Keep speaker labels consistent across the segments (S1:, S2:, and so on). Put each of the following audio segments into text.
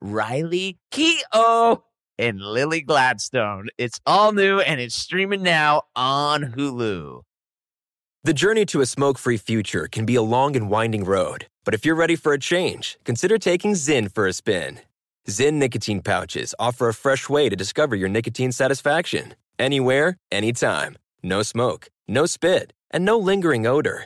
S1: Riley Keough and Lily Gladstone. It's all new and it's streaming now on Hulu.
S2: The journey to a smoke free future can be a long and winding road, but if you're ready for a change, consider taking Zinn for a spin. Zinn nicotine pouches offer a fresh way to discover your nicotine satisfaction anywhere, anytime. No smoke, no spit, and no lingering odor.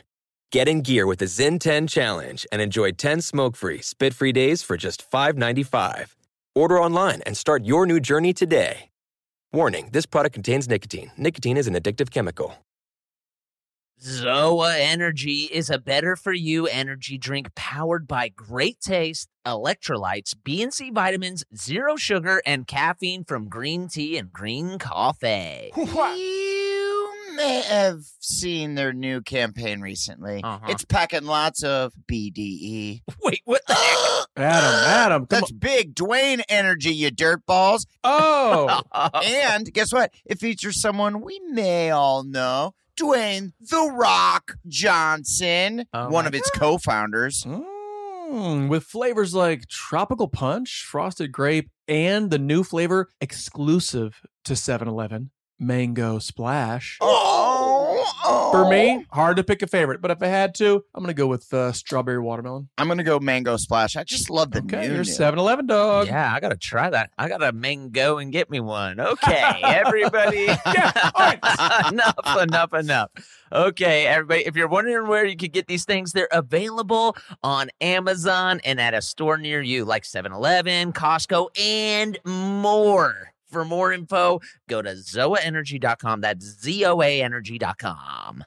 S2: Get in gear with the Zinn 10 Challenge and enjoy 10 smoke free, spit free days for just $5.95. Order online and start your new journey today. Warning this product contains nicotine. Nicotine is an addictive chemical.
S1: Zoa Energy is a better for you energy drink powered by great taste, electrolytes, B and C vitamins, zero sugar, and caffeine from green tea and green coffee.
S3: You may have seen their new campaign recently.
S1: Uh-huh.
S3: It's packing lots of BDE.
S1: Wait, what the
S4: Adam, Adam, come
S3: That's big Dwayne energy, you dirtballs.
S4: on.
S1: heck?
S3: And guess what? It features someone we may all know. Dwayne The Rock Johnson,
S1: Oh
S3: one
S1: my
S3: of its co founders.
S4: Oh. Mm, with flavors like tropical punch, frosted grape, and the new flavor exclusive to 7 Eleven, mango splash.
S3: Oh, oh.
S4: For me, hard to pick a favorite, but if I had to, I'm going to go with uh, strawberry watermelon.
S3: I'm gonna go mango splash. I just love the
S4: Okay,
S3: new.
S4: you're
S3: new.
S4: 7 Eleven dog.
S1: yeah, I gotta try that. I gotta mango and get me one. Okay, everybody.
S4: Yeah, all right.
S1: enough, enough, enough. Okay, everybody. If you're wondering where you could get these things, they're available on Amazon and at a store near you, like 7-Eleven, Costco, and more. For more info, go to zoaenergy.com. That's Z-O-A energy.com.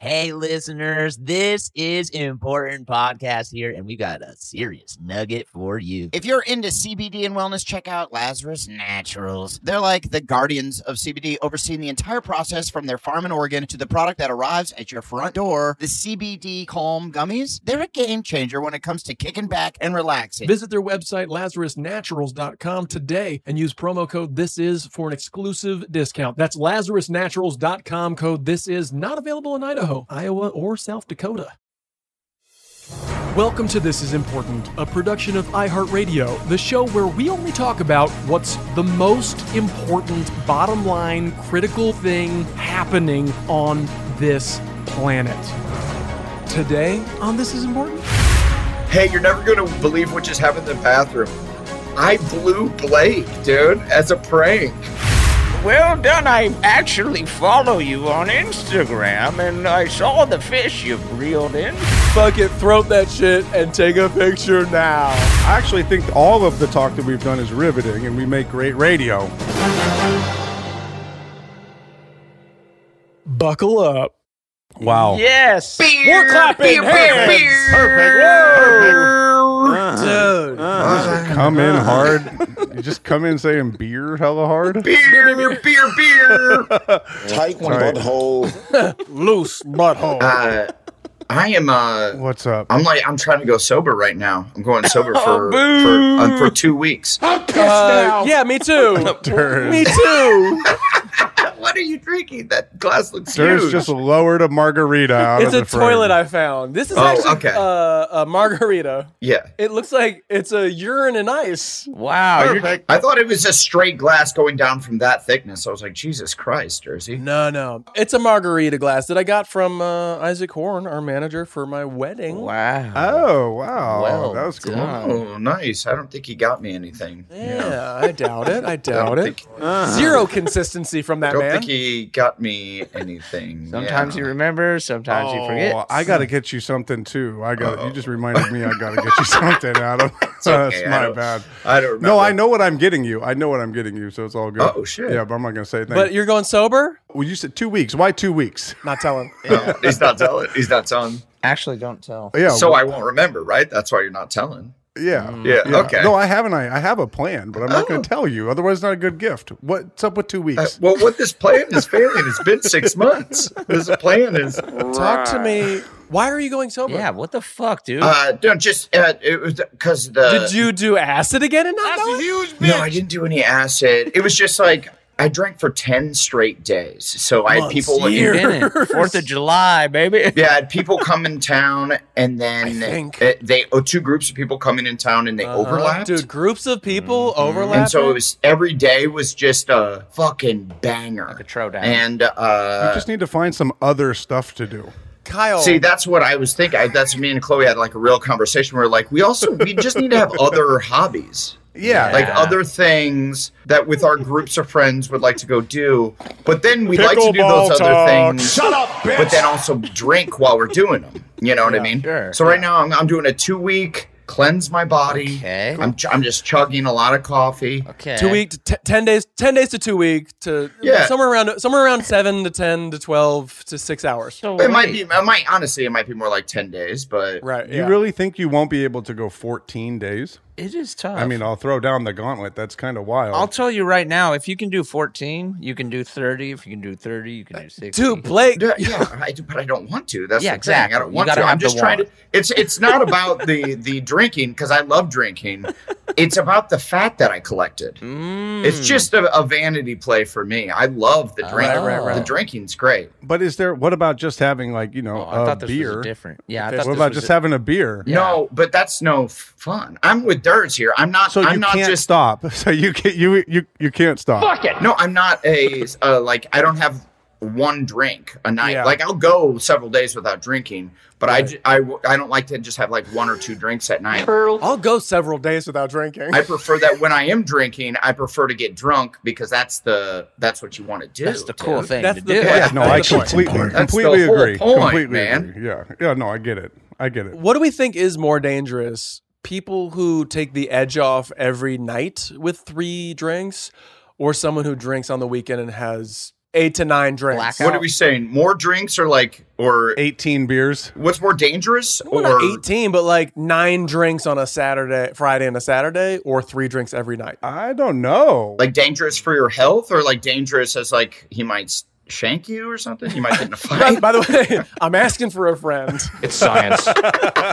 S1: Hey, listeners, this is important podcast here, and we got a serious nugget for you.
S3: If you're into CBD and wellness, check out Lazarus Naturals. They're like the guardians of CBD, overseeing the entire process from their farm in Oregon to the product that arrives at your front door. The CBD Calm Gummies, they're a game changer when it comes to kicking back and relaxing.
S4: Visit their website, LazarusNaturals.com, today and use promo code This Is for an exclusive discount. That's LazarusNaturals.com code This Is, not available in Idaho, Iowa, or South Dakota. Welcome to This Is Important, a production of iHeartRadio, the show where we only talk about what's the most important, bottom line, critical thing happening on this planet. Today on This Is Important,
S5: Hey, you're never going to believe what just happened in the bathroom. I blew Blake, dude, as a prank.
S6: Well done. I actually follow you on Instagram and I saw the fish you reeled in.
S7: Bucket, throat that shit and take a picture now. I actually think all of the talk that we've done is riveting and we make great radio.
S4: buckle up.
S7: Wow.
S6: Yes.
S7: We're clapping hands. Perfect.
S4: Dude.
S7: Perfect. Come in hard. You just come in saying beer hella hard. Beer,
S8: Tight
S7: Sorry.
S8: butthole.
S4: Loose butthole.
S5: Uh, I am, uh,
S7: What's up?
S5: I'm like, I'm trying to go sober right now. I'm going sober for, for, uh, for two weeks.
S4: Uh, yeah, me too.
S7: Turn.
S4: me too.
S5: what are you drinking? That glass looks
S7: There's
S5: huge.
S7: just lowered a margarita out
S4: It's
S7: of
S4: a
S7: the frame.
S4: toilet I found. This is
S5: Oh,
S4: actually
S5: okay.
S4: uh, a margarita.
S5: yeah.
S4: It looks like it's a urine and ice.
S1: Wow, you're
S5: I thought it was just straight glass going down from that thickness. I was like, Jesus Christ, Jersey.
S4: No, no. It's a margarita glass that I got from uh, Isaac Horn, our manager for my wedding.
S6: Wow.
S7: Oh, wow.
S6: Well
S7: that was cool.
S6: done.
S5: Oh, nice. I don't think he got me anything. you know.
S4: Yeah, I doubt it. I
S5: I
S4: doubt
S5: don't,
S4: it.
S5: think,
S4: Zero consistency from
S5: I
S4: that
S5: don't
S4: man.
S5: think he got me anything.
S6: Sometimes
S5: yeah.
S6: you remember, sometimes you forget.
S7: Oh, I gotta get you something too. I got you just reminded me I gotta get you something, Adam.
S5: okay,
S7: That's
S5: I
S7: my
S5: don't-
S7: bad.
S5: I don't remember.
S7: No, I know what I'm getting you. I know what I'm getting you, so it's all good.
S5: Oh, shit.
S7: Yeah, but I'm not gonna say anything.
S4: but you're going sober?
S7: well, you said two weeks. Why two weeks?
S4: Not telling.
S5: No, he's not telling. He's not telling.
S6: Actually, don't tell.
S7: Yeah.
S5: so I won't remember, right? That's why you're not telling.
S7: Yeah.
S3: Mm.
S5: Yeah, okay. Oh.
S7: No, I have an I, I have a plan, but I'm not going to tell you. Otherwise, it's not a good gift. What's up with two
S5: Uh,
S7: weeks?
S5: well, what this plan is failing. It's been six months. This plan is.
S4: Talk to me. Why are you going sober?
S1: Yeah, what the fuck, dude?
S5: Uh, don't just uh, it was because the
S4: Did you do acid again and not know it?
S5: No, I didn't do any acid. It was just like I drank for ten straight days. So I had
S4: Months,
S5: people.
S4: years.
S1: Been it.
S3: Fourth of July, baby.
S5: Yeah, I had people come in town, and then
S4: I think. Uh-huh.
S5: uh, they oh, two groups of people coming in town, and they overlapped.
S4: Dude, groups of people overlap.
S5: Mm-hmm. and so it was every day was just a fucking banger, like
S3: a throwdown.
S5: And
S7: You
S5: uh,
S7: just need to find some other stuff to do.
S4: Kyle.
S5: see, that's what I was thinking. I, that's me and Chloe had like a real conversation. where like, we also we just need to have other hobbies.
S7: Yeah.
S5: like other things that with our groups of friends would like to go do. But then we like to do
S7: Pickleball
S5: those
S7: talk.
S5: other things.
S7: Shut up, bitch!
S5: But then also drink while we're doing them. You know what I mean?
S3: sure.
S5: So right now I'm, I'm doing a two week cleanse my body.
S3: Okay.
S5: I'm, ch- I'm just chugging a lot of coffee.
S3: Okay.
S4: two week to t- 10 days 10 days to two week to
S5: Yeah.
S4: somewhere around somewhere around 7 to 10 to 12 to 6 hours
S3: So
S5: It might
S3: wait.
S5: be. It might honestly. It might be more like ten days. But
S4: right
S7: You
S4: yeah.
S7: really think you won't be able to go 14 days?
S3: It is tough.
S7: I mean, I'll throw down the gauntlet. That's kind of wild.
S3: I'll tell you right now, if you can do 14, you can do 30. If you can do 30, you can do 60.
S4: dude blake
S5: Yeah, yeah, I do, but I don't want to. That's
S1: Yeah,
S5: the thing. I
S1: exactly.
S5: don't
S1: You
S5: want
S1: gotta
S5: to.
S1: have
S5: I'm just
S1: the
S5: trying to.
S1: want.
S5: It's it's not about the the drinking because I love drinking. It's about the fat that I collected. It's just a, a vanity play for me. I love the drink.
S4: Right, right, right.
S5: The drinking's great.
S7: but is there, what about just having, like, you know,
S3: Oh, I
S7: a
S3: thought this
S7: uh, beer?
S3: was different. Yeah, I
S7: What
S3: thought this
S7: about
S3: was
S7: just
S3: a-
S7: having a beer?
S5: No, but that's no f- fun. I'm with Dirts here. I'm not.
S7: So you
S5: I'm not
S7: can't
S5: just.
S7: stop. So you can't, you, you, you can't stop.
S5: No, I'm not a uh, like. I don't have one drink a night.
S7: Yeah.
S5: Like I'll go several days without drinking, but I j- I w- I don't like to just have like one or two drinks at night.
S4: i'll go several days without drinking
S5: I prefer that when I am drinking, I prefer to get drunk because that's the that's what you want to do.
S3: That's the cool
S5: dude.
S3: thing
S4: That's
S3: to
S4: the
S3: do.
S4: point.
S7: Yeah, no, I completely,
S5: That's the
S7: completely
S5: whole
S7: agree.
S5: point,
S7: completely
S5: man.
S7: agree. Yeah, yeah. No, I get it. I get it.
S4: what do we think is more dangerous people who take the edge off every night with three drinks or someone who drinks on the weekend and has eight to nine drinks
S3: Blackout.
S5: What are we saying? More drinks or like or
S7: Eighteen beers.
S5: what's more dangerous
S4: Well,
S5: or
S4: not 18 but like nine drinks on a saturday friday and a saturday or three drinks every night
S7: I don't know.
S5: like dangerous for your health or like dangerous as like he might s- shank you or something? He might get in a
S4: by,
S5: fight.
S4: by the way i'm asking for a friend
S3: It's science.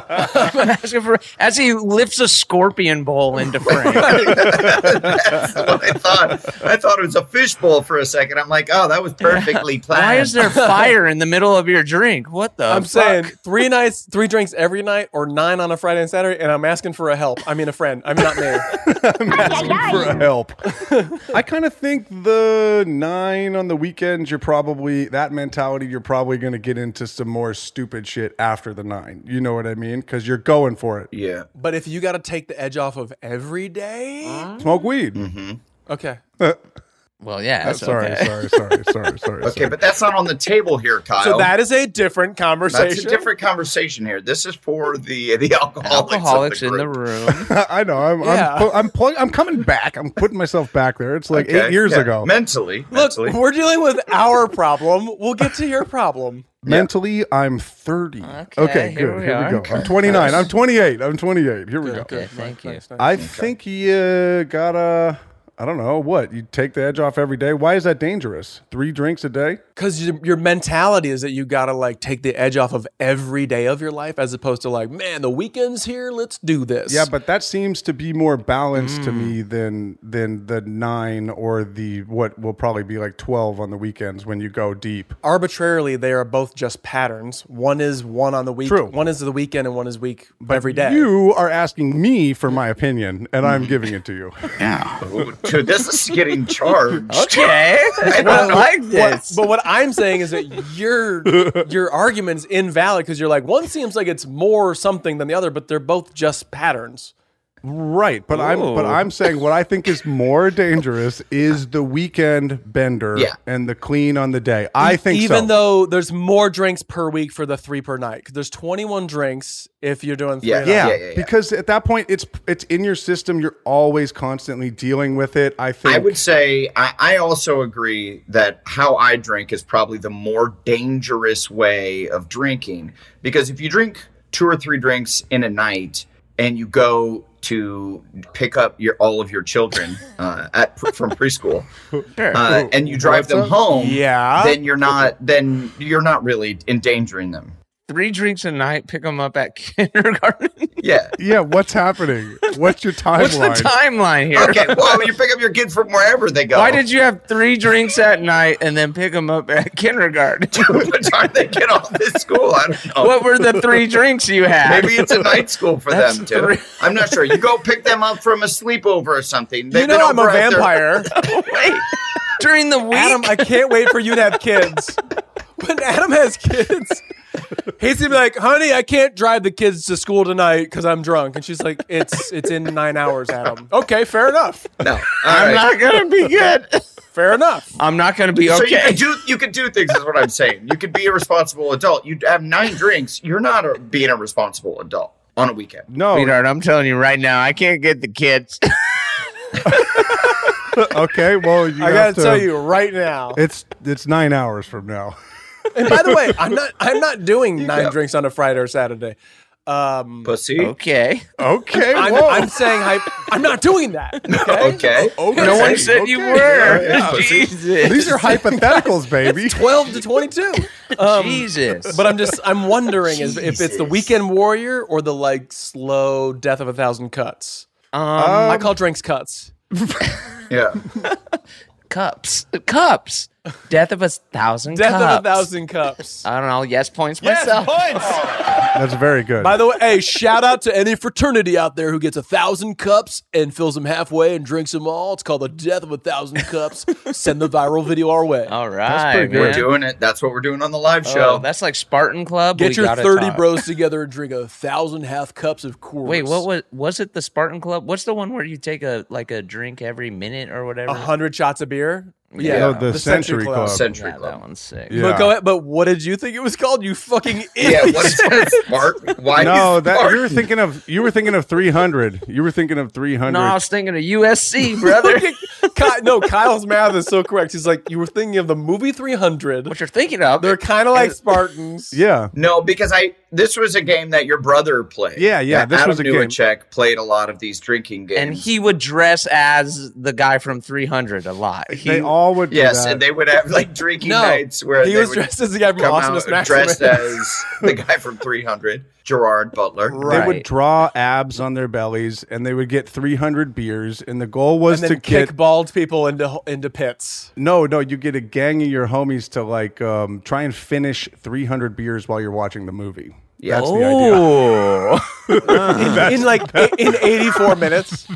S1: Asking for- as he lifts a scorpion bowl into frame.
S5: That's what I thought. I thought it was a fishbowl for a second. I'm like, oh, that was perfectly planned.
S1: Why is there fire in the middle of your drink? What the?
S4: I'm
S1: fuck?
S4: saying three nights, three drinks every night, or nine on a Friday and Saturday, and I'm asking for a help. I mean, a friend. I'm not me.
S7: I'm asking for a help. I kind of think the nine on the weekends. You're probably that mentality. You're probably going to get into some more stupid shit after the nine. You know what I mean? Because you're going for it.
S5: Yeah.
S4: but if you got to take the edge off of every day,
S5: Mm-hmm.
S7: Smoke weed.
S4: okay.
S1: Well, yeah.
S7: Uh,
S1: that's
S7: sorry,
S1: okay.
S7: sorry, sorry, sorry, sorry.
S5: Okay, but that's not on the table here, Kyle.
S4: So that is a different conversation.
S5: That's a different conversation here. This is for the the alcoholics, of the
S1: Alcoholics in the
S5: group.
S1: room.
S7: I know. I'm
S4: Yeah.
S7: I'm pu- I'm, plug- I'm coming back. I'm putting myself back there. It's like
S5: Okay,
S7: eight years
S5: yeah.
S7: ago.
S5: Mentally,
S4: Look,
S5: mentally.
S4: we're dealing with our problem. We'll get to your problem.
S7: Mentally, I'm 30.
S1: Okay,
S7: Okay,
S1: here
S7: good.
S1: we
S7: Here we,
S1: are.
S7: go. I'm 29. I'm 28. I'm 28. Here we go.
S1: Okay, thank you.
S7: I think you gotta, I don't know, what? You take the edge off every day. Why is that dangerous? Three drinks a day?
S4: Because your, your mentality is that you got to like take the edge off of every day of your life, as opposed to like, man, the weekend's here. Let's do this.
S7: Yeah, but that seems to be more balanced to
S1: Mm.
S7: me than than the nine or the what will probably be like 12 on the weekends when you go deep.
S4: arbitrarily they are both just patterns. One is one on the week,
S7: True.
S4: one is the weekend, and one is week every day.
S7: You are asking me for my opinion, and I'm giving it to you.
S5: Ooh, dude, this is getting charged.
S1: okay. I
S4: Well,
S1: don't like this.
S4: But what I'm saying is that your your argument is invalid because you're like one seems like it's more something than the other, but they're both just patterns.
S7: Right, but I'm but I'm saying what I think is more dangerous is the weekend bender
S5: Yeah.
S7: and the clean on the day. I think
S4: E- even
S7: so.
S4: though there's more drinks per week for the three per night, 'cause there's 21 drinks if you're doing three.
S5: Yeah.
S4: and a
S7: yeah,
S5: yeah, yeah, yeah.
S7: because at that point it's it's in your system. You're always constantly dealing with it. I think
S5: I would say I, I also agree that how I drink is probably the more dangerous way of drinking because if you drink two or three drinks in a night and you go to pick up your all of your children uh, at from preschool, uh, and you drive them home,
S4: Yeah.
S5: then you're not then you're not really endangering them.
S9: Three drinks a night, pick them up at kindergarten.
S5: Yeah.
S7: Yeah, what's happening? What's your timeline?
S9: What's the timeline here?
S5: Okay. Well, you pick up your kids from wherever they go.
S9: Why did you have three drinks at night and then pick them up at kindergarten?
S5: what time they get off this school? I don't know.
S9: what were the three drinks you had?
S5: Maybe it's a night school for
S9: That's
S5: them too.
S9: three-
S5: I'm not sure. You go pick them up from a sleepover or something. They've
S4: you know
S5: been
S4: I'm a
S5: over at their-
S4: vampire.
S9: Wait, during the week.
S4: Adam, I can't wait for you to have kids. When Adam has kids, he's gonna be like, "Honey, I can't drive the kids to school tonight because I'm drunk." And she's like, "It's it's in nine hours, Adam." Okay, fair enough.
S5: no. All right.
S9: I'm not gonna be good.
S4: Fair enough.
S9: I'm not gonna be
S5: So you
S9: okay.
S5: could do you could do things is what I'm saying. You could be a responsible adult. You have nine drinks. You're not a, being a responsible adult on a weekend.
S7: no.
S9: Sweetheart, I'm telling you right now, I can't get the kids.
S7: Okay. Well, you
S4: I gotta
S7: have to,
S4: tell you right now.
S7: it's it's nine hours from now.
S4: And by the way, I'm not I'm not doing nine drinks on a Friday or Saturday. Um,
S5: Pussy.
S9: Okay.
S7: Okay.
S4: I'm,
S7: whoa.
S4: I'm saying I, I'm not doing that. Okay.
S5: Okay.
S7: okay.
S9: No one said you
S7: okay.
S9: were.
S7: Yeah, yeah.
S9: Jesus.
S7: These are hypotheticals, baby.
S4: 12 to 22. Um,
S9: Jesus.
S4: but I'm just I'm wondering if, if it's the
S5: Jesus.
S4: weekend warrior or the like slow death of a thousand cuts.
S9: um,
S4: I call drinks cuts.
S5: Yeah.
S9: cups. Cups. Death of a thousand
S4: Death
S9: cups.
S4: of a thousand cups.
S9: I don't know. Yes, points myself.
S7: That's very good.
S4: By the way, hey, shout out to any fraternity out there who gets a thousand cups and fills them halfway and drinks them all. It's called the death of a thousand cups. Send the viral video our way.
S9: All right.
S7: pretty
S5: We're
S9: man.
S5: doing it. That's what we're doing on the live
S9: Oh,
S5: show.
S9: that's like Spartan Club.
S4: Get
S9: We
S4: your
S9: gotta
S4: 30
S9: talk.
S4: bros together and drink a thousand half cups of Coors.
S9: Wait, what was was it the Spartan Club? What's the one where you take a like a drink every minute or whatever?
S4: A hundred shots of beer?
S9: Yeah.
S7: Oh, the Century Club.
S5: Century
S9: Yeah, that
S5: Club.
S9: one's sick.
S7: Yeah.
S4: But go ahead. But what did you think it was called? You fucking
S5: Yeah,
S4: idiot.
S5: what is that? Smart? Why
S7: no,
S5: is
S7: that
S5: Smart?
S7: you were thinking of you were thinking of three hundred. You were thinking of three hundred.
S9: No, I was thinking of USC, brother.
S4: Look at Ky- no, Kyle's math is so correct. He's like, you were thinking of the movie 300.
S9: what you're thinking of?
S4: They're kind of like Spartans.
S7: yeah.
S5: No, because I this was a game that your brother played.
S7: Yeah, yeah,
S5: That
S7: this
S5: Adam
S7: was a game.
S5: Newacek played a lot of these drinking games.
S9: and he would dress as the guy from 300 a lot. He,
S7: They all would. do
S5: yes,
S7: that.
S5: and they would have like drinking
S4: No,
S5: nights where
S4: he
S5: they
S4: was
S5: would
S4: dressed as the guy from
S5: come out
S4: Awesomeness Maximus.
S5: dressed as the guy from 300, Gerard Butler.
S7: They
S9: Right.
S7: would draw abs on their bellies, and they would get 300 beers. And the goal was
S4: and
S7: to
S4: then
S7: get
S4: kick bald people into into pits.
S7: no, no. You get a gang of your homies to like um, try and finish 300 beers while you're watching the movie.
S5: Yeah.
S7: That's the idea.
S4: in like i- in 84 minutes.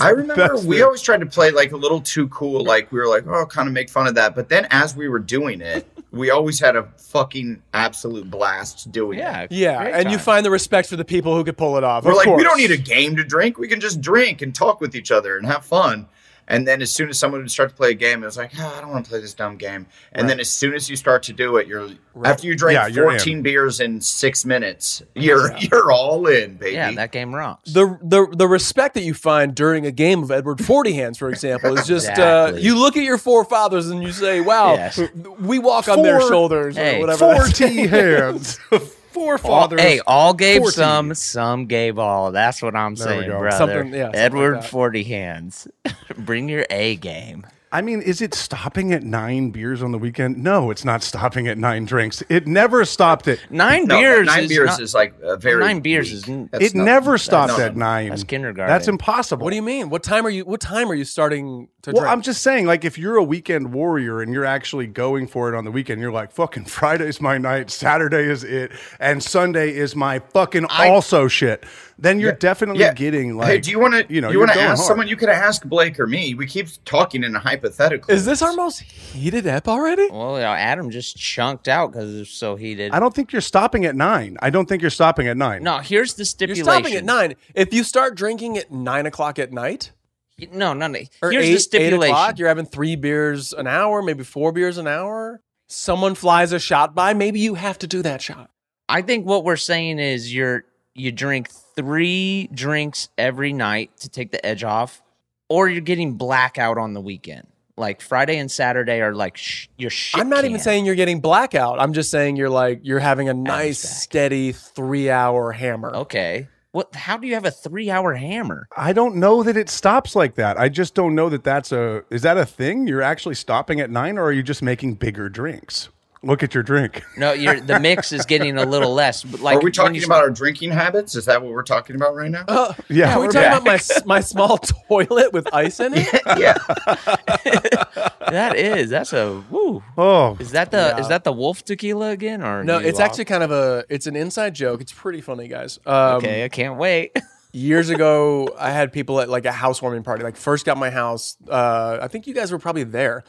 S5: I remember we always tried to play like a little too cool. Like we were like, oh, kind of make fun of that. But then as we were doing it, we always had a fucking absolute blast doing
S9: yeah.
S5: it.
S4: Yeah,
S9: great
S4: and you
S9: time.
S4: find the respect for the people who could pull it off.
S5: We're
S4: Of
S5: like, we
S4: course.
S5: don't need a game to drink. We can just drink and talk with each other and have fun. And then as soon as someone would start to play a game, it was like, oh, I don't want to play this dumb game. And then as soon as you start to do it, you're after you drink
S7: Yeah, you're in.
S5: 14 beers in six minutes, you're you're all in, baby.
S9: Yeah, that game rocks.
S4: the the the respect that you find during a game of Edward Forty Hands, for example, is just uh,
S9: Exactly.
S4: you look at your forefathers and you say, "Wow,
S9: Yes.
S4: we walk on their
S7: Four-
S4: shoulders."
S9: Hey,
S4: or whatever.
S7: Four
S4: that's-
S7: T hands.
S9: all,
S7: Forefathers.
S9: hey, all gave
S7: 40.
S9: some, some gave all. That's what I'm
S7: we
S9: saying,
S7: go.
S9: brother.
S4: Something- yeah, something like
S9: Edward
S4: that.
S9: 40 hands. Bring your A game.
S7: I mean, is it stopping at nine beers on the weekend? No, it's not stopping at nine drinks. It never stopped it.
S9: Nine
S5: No,
S9: beers.
S5: nine
S9: is
S5: beers
S9: not-
S5: is like a very
S9: Nine beers
S5: weak.
S9: is n-
S5: That's
S7: it
S5: nothing.
S7: never
S5: That's
S7: stopped
S5: nothing.
S7: at nine.
S9: That's kindergarten.
S7: That's impossible.
S4: What do you mean? What time are you? What time are you starting to
S7: Well,
S4: drink?
S7: I'm just saying, like, if you're a weekend warrior and you're actually going for it on the weekend, you're like, fucking Friday's my night, Saturday is it, and Sunday is my fucking also shit. Then you're definitely
S5: Yeah.
S7: getting like,
S5: hey, do you want to? You know, you
S7: you're
S5: want to
S7: going
S5: ask
S7: hard.
S5: someone? You could ask Blake or me. We keep talking in a hypothetical.
S4: is this our most heated ep already?
S9: Well, you know, Adam just chunked out because it's so heated.
S7: I don't think you're stopping at nine. I don't think you're stopping at nine.
S9: No, here's the
S4: You're
S9: stipulation.
S4: stopping at nine. If you start drinking at nine o'clock at night
S9: No, no, no.
S4: or
S9: Here's
S4: eight,
S9: the
S4: eight
S9: stipulation.
S4: o'clock, you're having three beers an hour, maybe four beers an hour. Someone flies a shot by, maybe you have to do that shot.
S9: I think what we're saying is you're you drink three drinks every night to take the edge off, or you're getting blackout on the weekend. Like Friday and Saturday are like sh- your shit.
S4: I'm not even
S9: can.
S4: saying you're getting blackout. I'm just saying you're like you're having a nice,
S9: back.
S4: steady three hour hammer.
S9: okay. What? How do you have a three-hour hammer?
S7: I don't know that it stops like that. I just don't know that that's a is that a thing? You're actually stopping at nine, or are you just making bigger drinks? Look at your drink.
S9: No, you're, the mix is getting a little less. But like,
S5: Are we
S9: when
S5: talking
S9: you-
S5: about our drinking habits? Is that what we're talking about right now?
S4: Uh,
S7: Yeah,
S4: Are we
S7: we're
S4: talking about my s- my small toilet with ice in it?
S5: yeah.
S9: that? Is that's a woo?
S7: Oh,
S9: Is that the is that the wolf tequila again? Or
S4: No,
S9: you
S4: it's
S9: all-
S4: actually kind of a it's an inside joke. It's pretty funny, guys. Um,
S9: okay. I can't wait.
S4: years ago i had people at like a housewarming party like first got my house uh i think you guys were probably there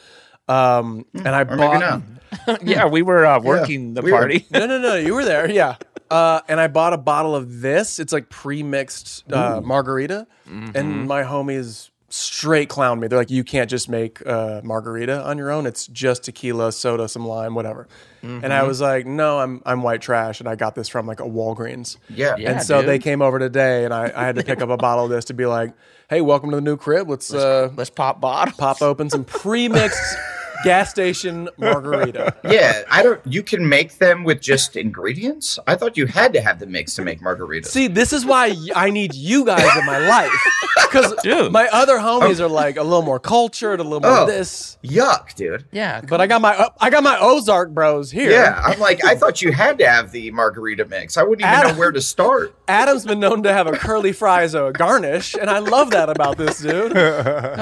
S4: um and i
S5: Or maybe
S4: bought
S5: not.
S9: yeah, we were uh, working the
S5: we were.
S9: party.
S4: no no no you were there yeah uh and i bought a bottle of this it's like pre-mixed uh, margarita
S5: Mm-hmm.
S4: and my homies straight clown me they're like you can't just make uh margarita on your own it's just tequila soda some lime whatever and
S5: Mm-hmm.
S4: i was like no i'm i'm white trash and i got this from like a walgreens
S5: Yeah.
S9: Yeah.
S4: and so they
S9: dude.
S4: came over today, and I, I had to pick up a bottle of this to be like, "Hey, welcome to the new crib. Let's, uh,
S9: Let's pop bottle.
S4: pop open some pre-mixed gas station margarita."
S5: Yeah, I don't. You can make them with just ingredients. I thought you had to have the mix to make margaritas.
S4: See, this is why y- I need you guys in my life because
S9: Dude. Oh.
S4: my other homies are like a little more cultured, a little more
S5: Oh.
S4: this.
S5: Yuck, dude.
S9: Yeah,
S4: But I got my uh, I got my Ozark bros here.
S5: Yeah, I'm like, I thought you had to have the margarita mix. I wouldn't even
S4: Adam-
S5: know where to start.
S4: Adam's been known to have a curly fry as a garnish, and I love that about this dude.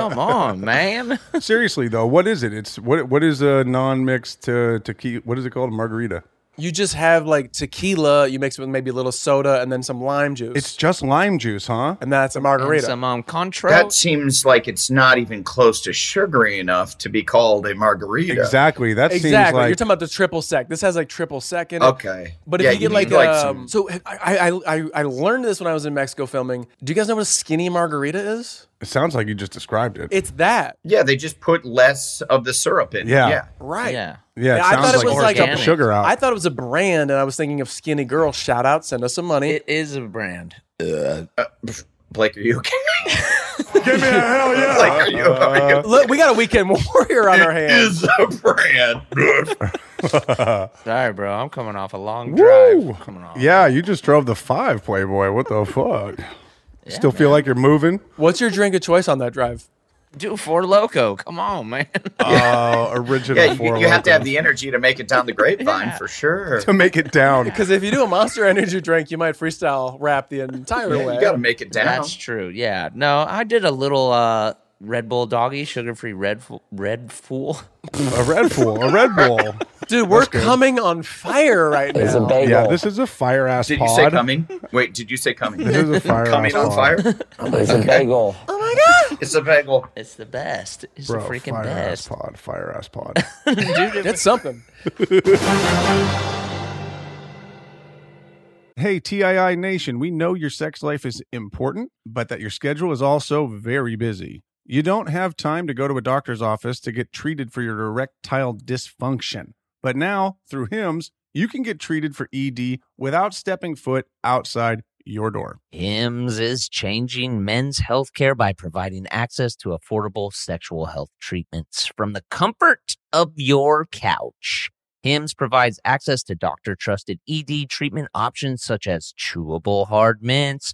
S9: come on, man.
S7: seriously though, what is it? It's what what is a non-mixed to tequila? What is it called? Margarita.
S4: You just have like tequila, you mix it with maybe a little soda and then some lime juice.
S7: It's just lime juice, huh?
S4: and that's a margarita.
S9: Some um, Contro.
S5: That seems like it's not even close to sugary enough to be called a margarita.
S7: Exactly. That seems
S4: Exactly.
S7: like
S4: You're talking about the triple sec. This has like triple sec in it.
S5: Okay.
S4: But if
S5: Yeah,
S4: you get like,
S5: need,
S4: um, so
S5: some-
S4: I, I I I learned this when I was in Mexico filming. Do you guys know what a skinny margarita is?
S7: it sounds like you just described it.
S4: It's that.
S5: yeah, they just put less of the syrup in.
S7: Yeah.
S5: yeah.
S4: Right.
S9: Yeah.
S7: yeah, it
S4: I
S7: sounds
S4: thought it
S7: like
S4: was
S7: you
S4: like
S7: just
S9: a-
S7: got the sugar out.
S4: I thought it was a brand, and I was thinking of Skinny Girl. Shout out, send us some money.
S9: It is a brand.
S5: Blake, are you okay?
S7: Give me a hell yeah!
S5: Like, are you? Are
S7: uh,
S5: you
S4: Look, we got a weekend warrior on our hands.
S5: is a brand.
S9: Sorry, bro. I'm coming off a long
S7: Woo!
S9: drive. Coming off.
S7: Yeah, you just drove the five, Playboy. What the fuck? Still feel like you're moving?
S4: What's your drink of choice on that drive?
S9: Do four loco. Come on, man.
S7: Uh, original
S5: yeah, you,
S7: four
S5: you have to
S7: Locos.
S5: have the energy to make it down the grapevine for sure.
S7: to make it down.
S4: Because if you do a Monster Energy drink, you might freestyle rap the entire
S5: Yeah,
S4: way.
S5: you got to make it down.
S9: That's true. Yeah. No, I did a little uh Red Bull doggy, sugar free Red Fu- Red Fool.
S7: a Red Bull, a Red Bull.
S4: Dude, we're coming on fire right now.
S7: yeah, this is a fire ass
S5: Did
S7: pod.
S5: you say coming? Wait, did you say coming?
S7: This is a fire
S5: coming
S7: ass
S5: on fire?
S10: It's a bagel.
S5: It's a bagel.
S9: It's the best. It's
S7: Bro,
S9: the freaking
S7: fire ass
S9: best.
S7: pod, fire ass pod.
S4: It's something.
S7: Hey, TII Nation, we know your sex life is important, but that your schedule is also very busy. You don't have time to go to a doctor's office to get treated for your erectile dysfunction. But now, through HIMS, you can get treated for ED without stepping foot outside your door.
S1: Hims is changing men's healthcare by providing access to affordable sexual health treatments from the comfort of your couch. Hims provides access to doctor trusted ED treatment options such as chewable hard mints,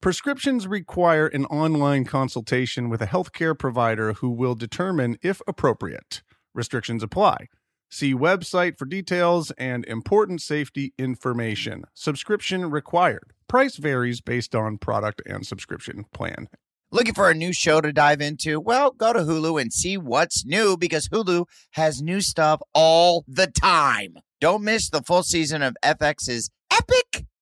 S7: Prescriptions require an online consultation with a healthcare provider who will determine if appropriate. Restrictions apply. See website for details and important safety information. Subscription required. Price varies based on product and subscription plan.
S3: Looking for a new show to dive into? Well, go to Hulu and see what's new because Hulu has new stuff all the time. Don't miss the full season of FX's epic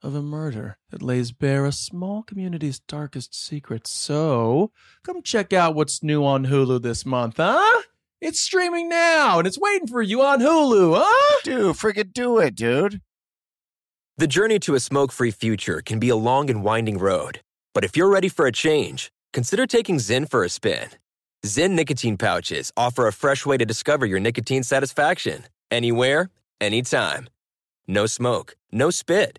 S4: of a murder that lays bare a small community's darkest secrets. So, come check out what's new on Hulu this month, huh? It's streaming now and it's waiting for you on Hulu, huh?
S3: Dude, freaking do it, dude.
S2: The journey to a smoke free future can be a long and winding road, but if you're ready for a change, consider taking Zyn for a spin. Zyn nicotine pouches offer a fresh way to discover your nicotine satisfaction anywhere, anytime. No smoke, no spit,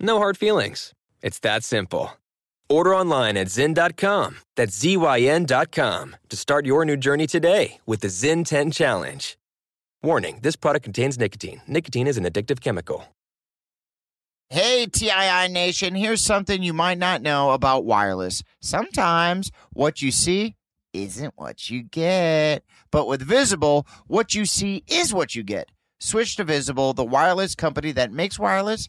S2: no hard feelings. It's that simple. Order online at Zen.com, that's Z-Y-N.com, to start your new journey today with the Zen 10 Challenge. Warning this product contains nicotine. Nicotine is an addictive chemical.
S3: Hey, TII Nation, here's something you might not know about wireless. Sometimes what you see isn't what you get. But with Visible, what you see is what you get. Switch to Visible, the wireless company that makes wireless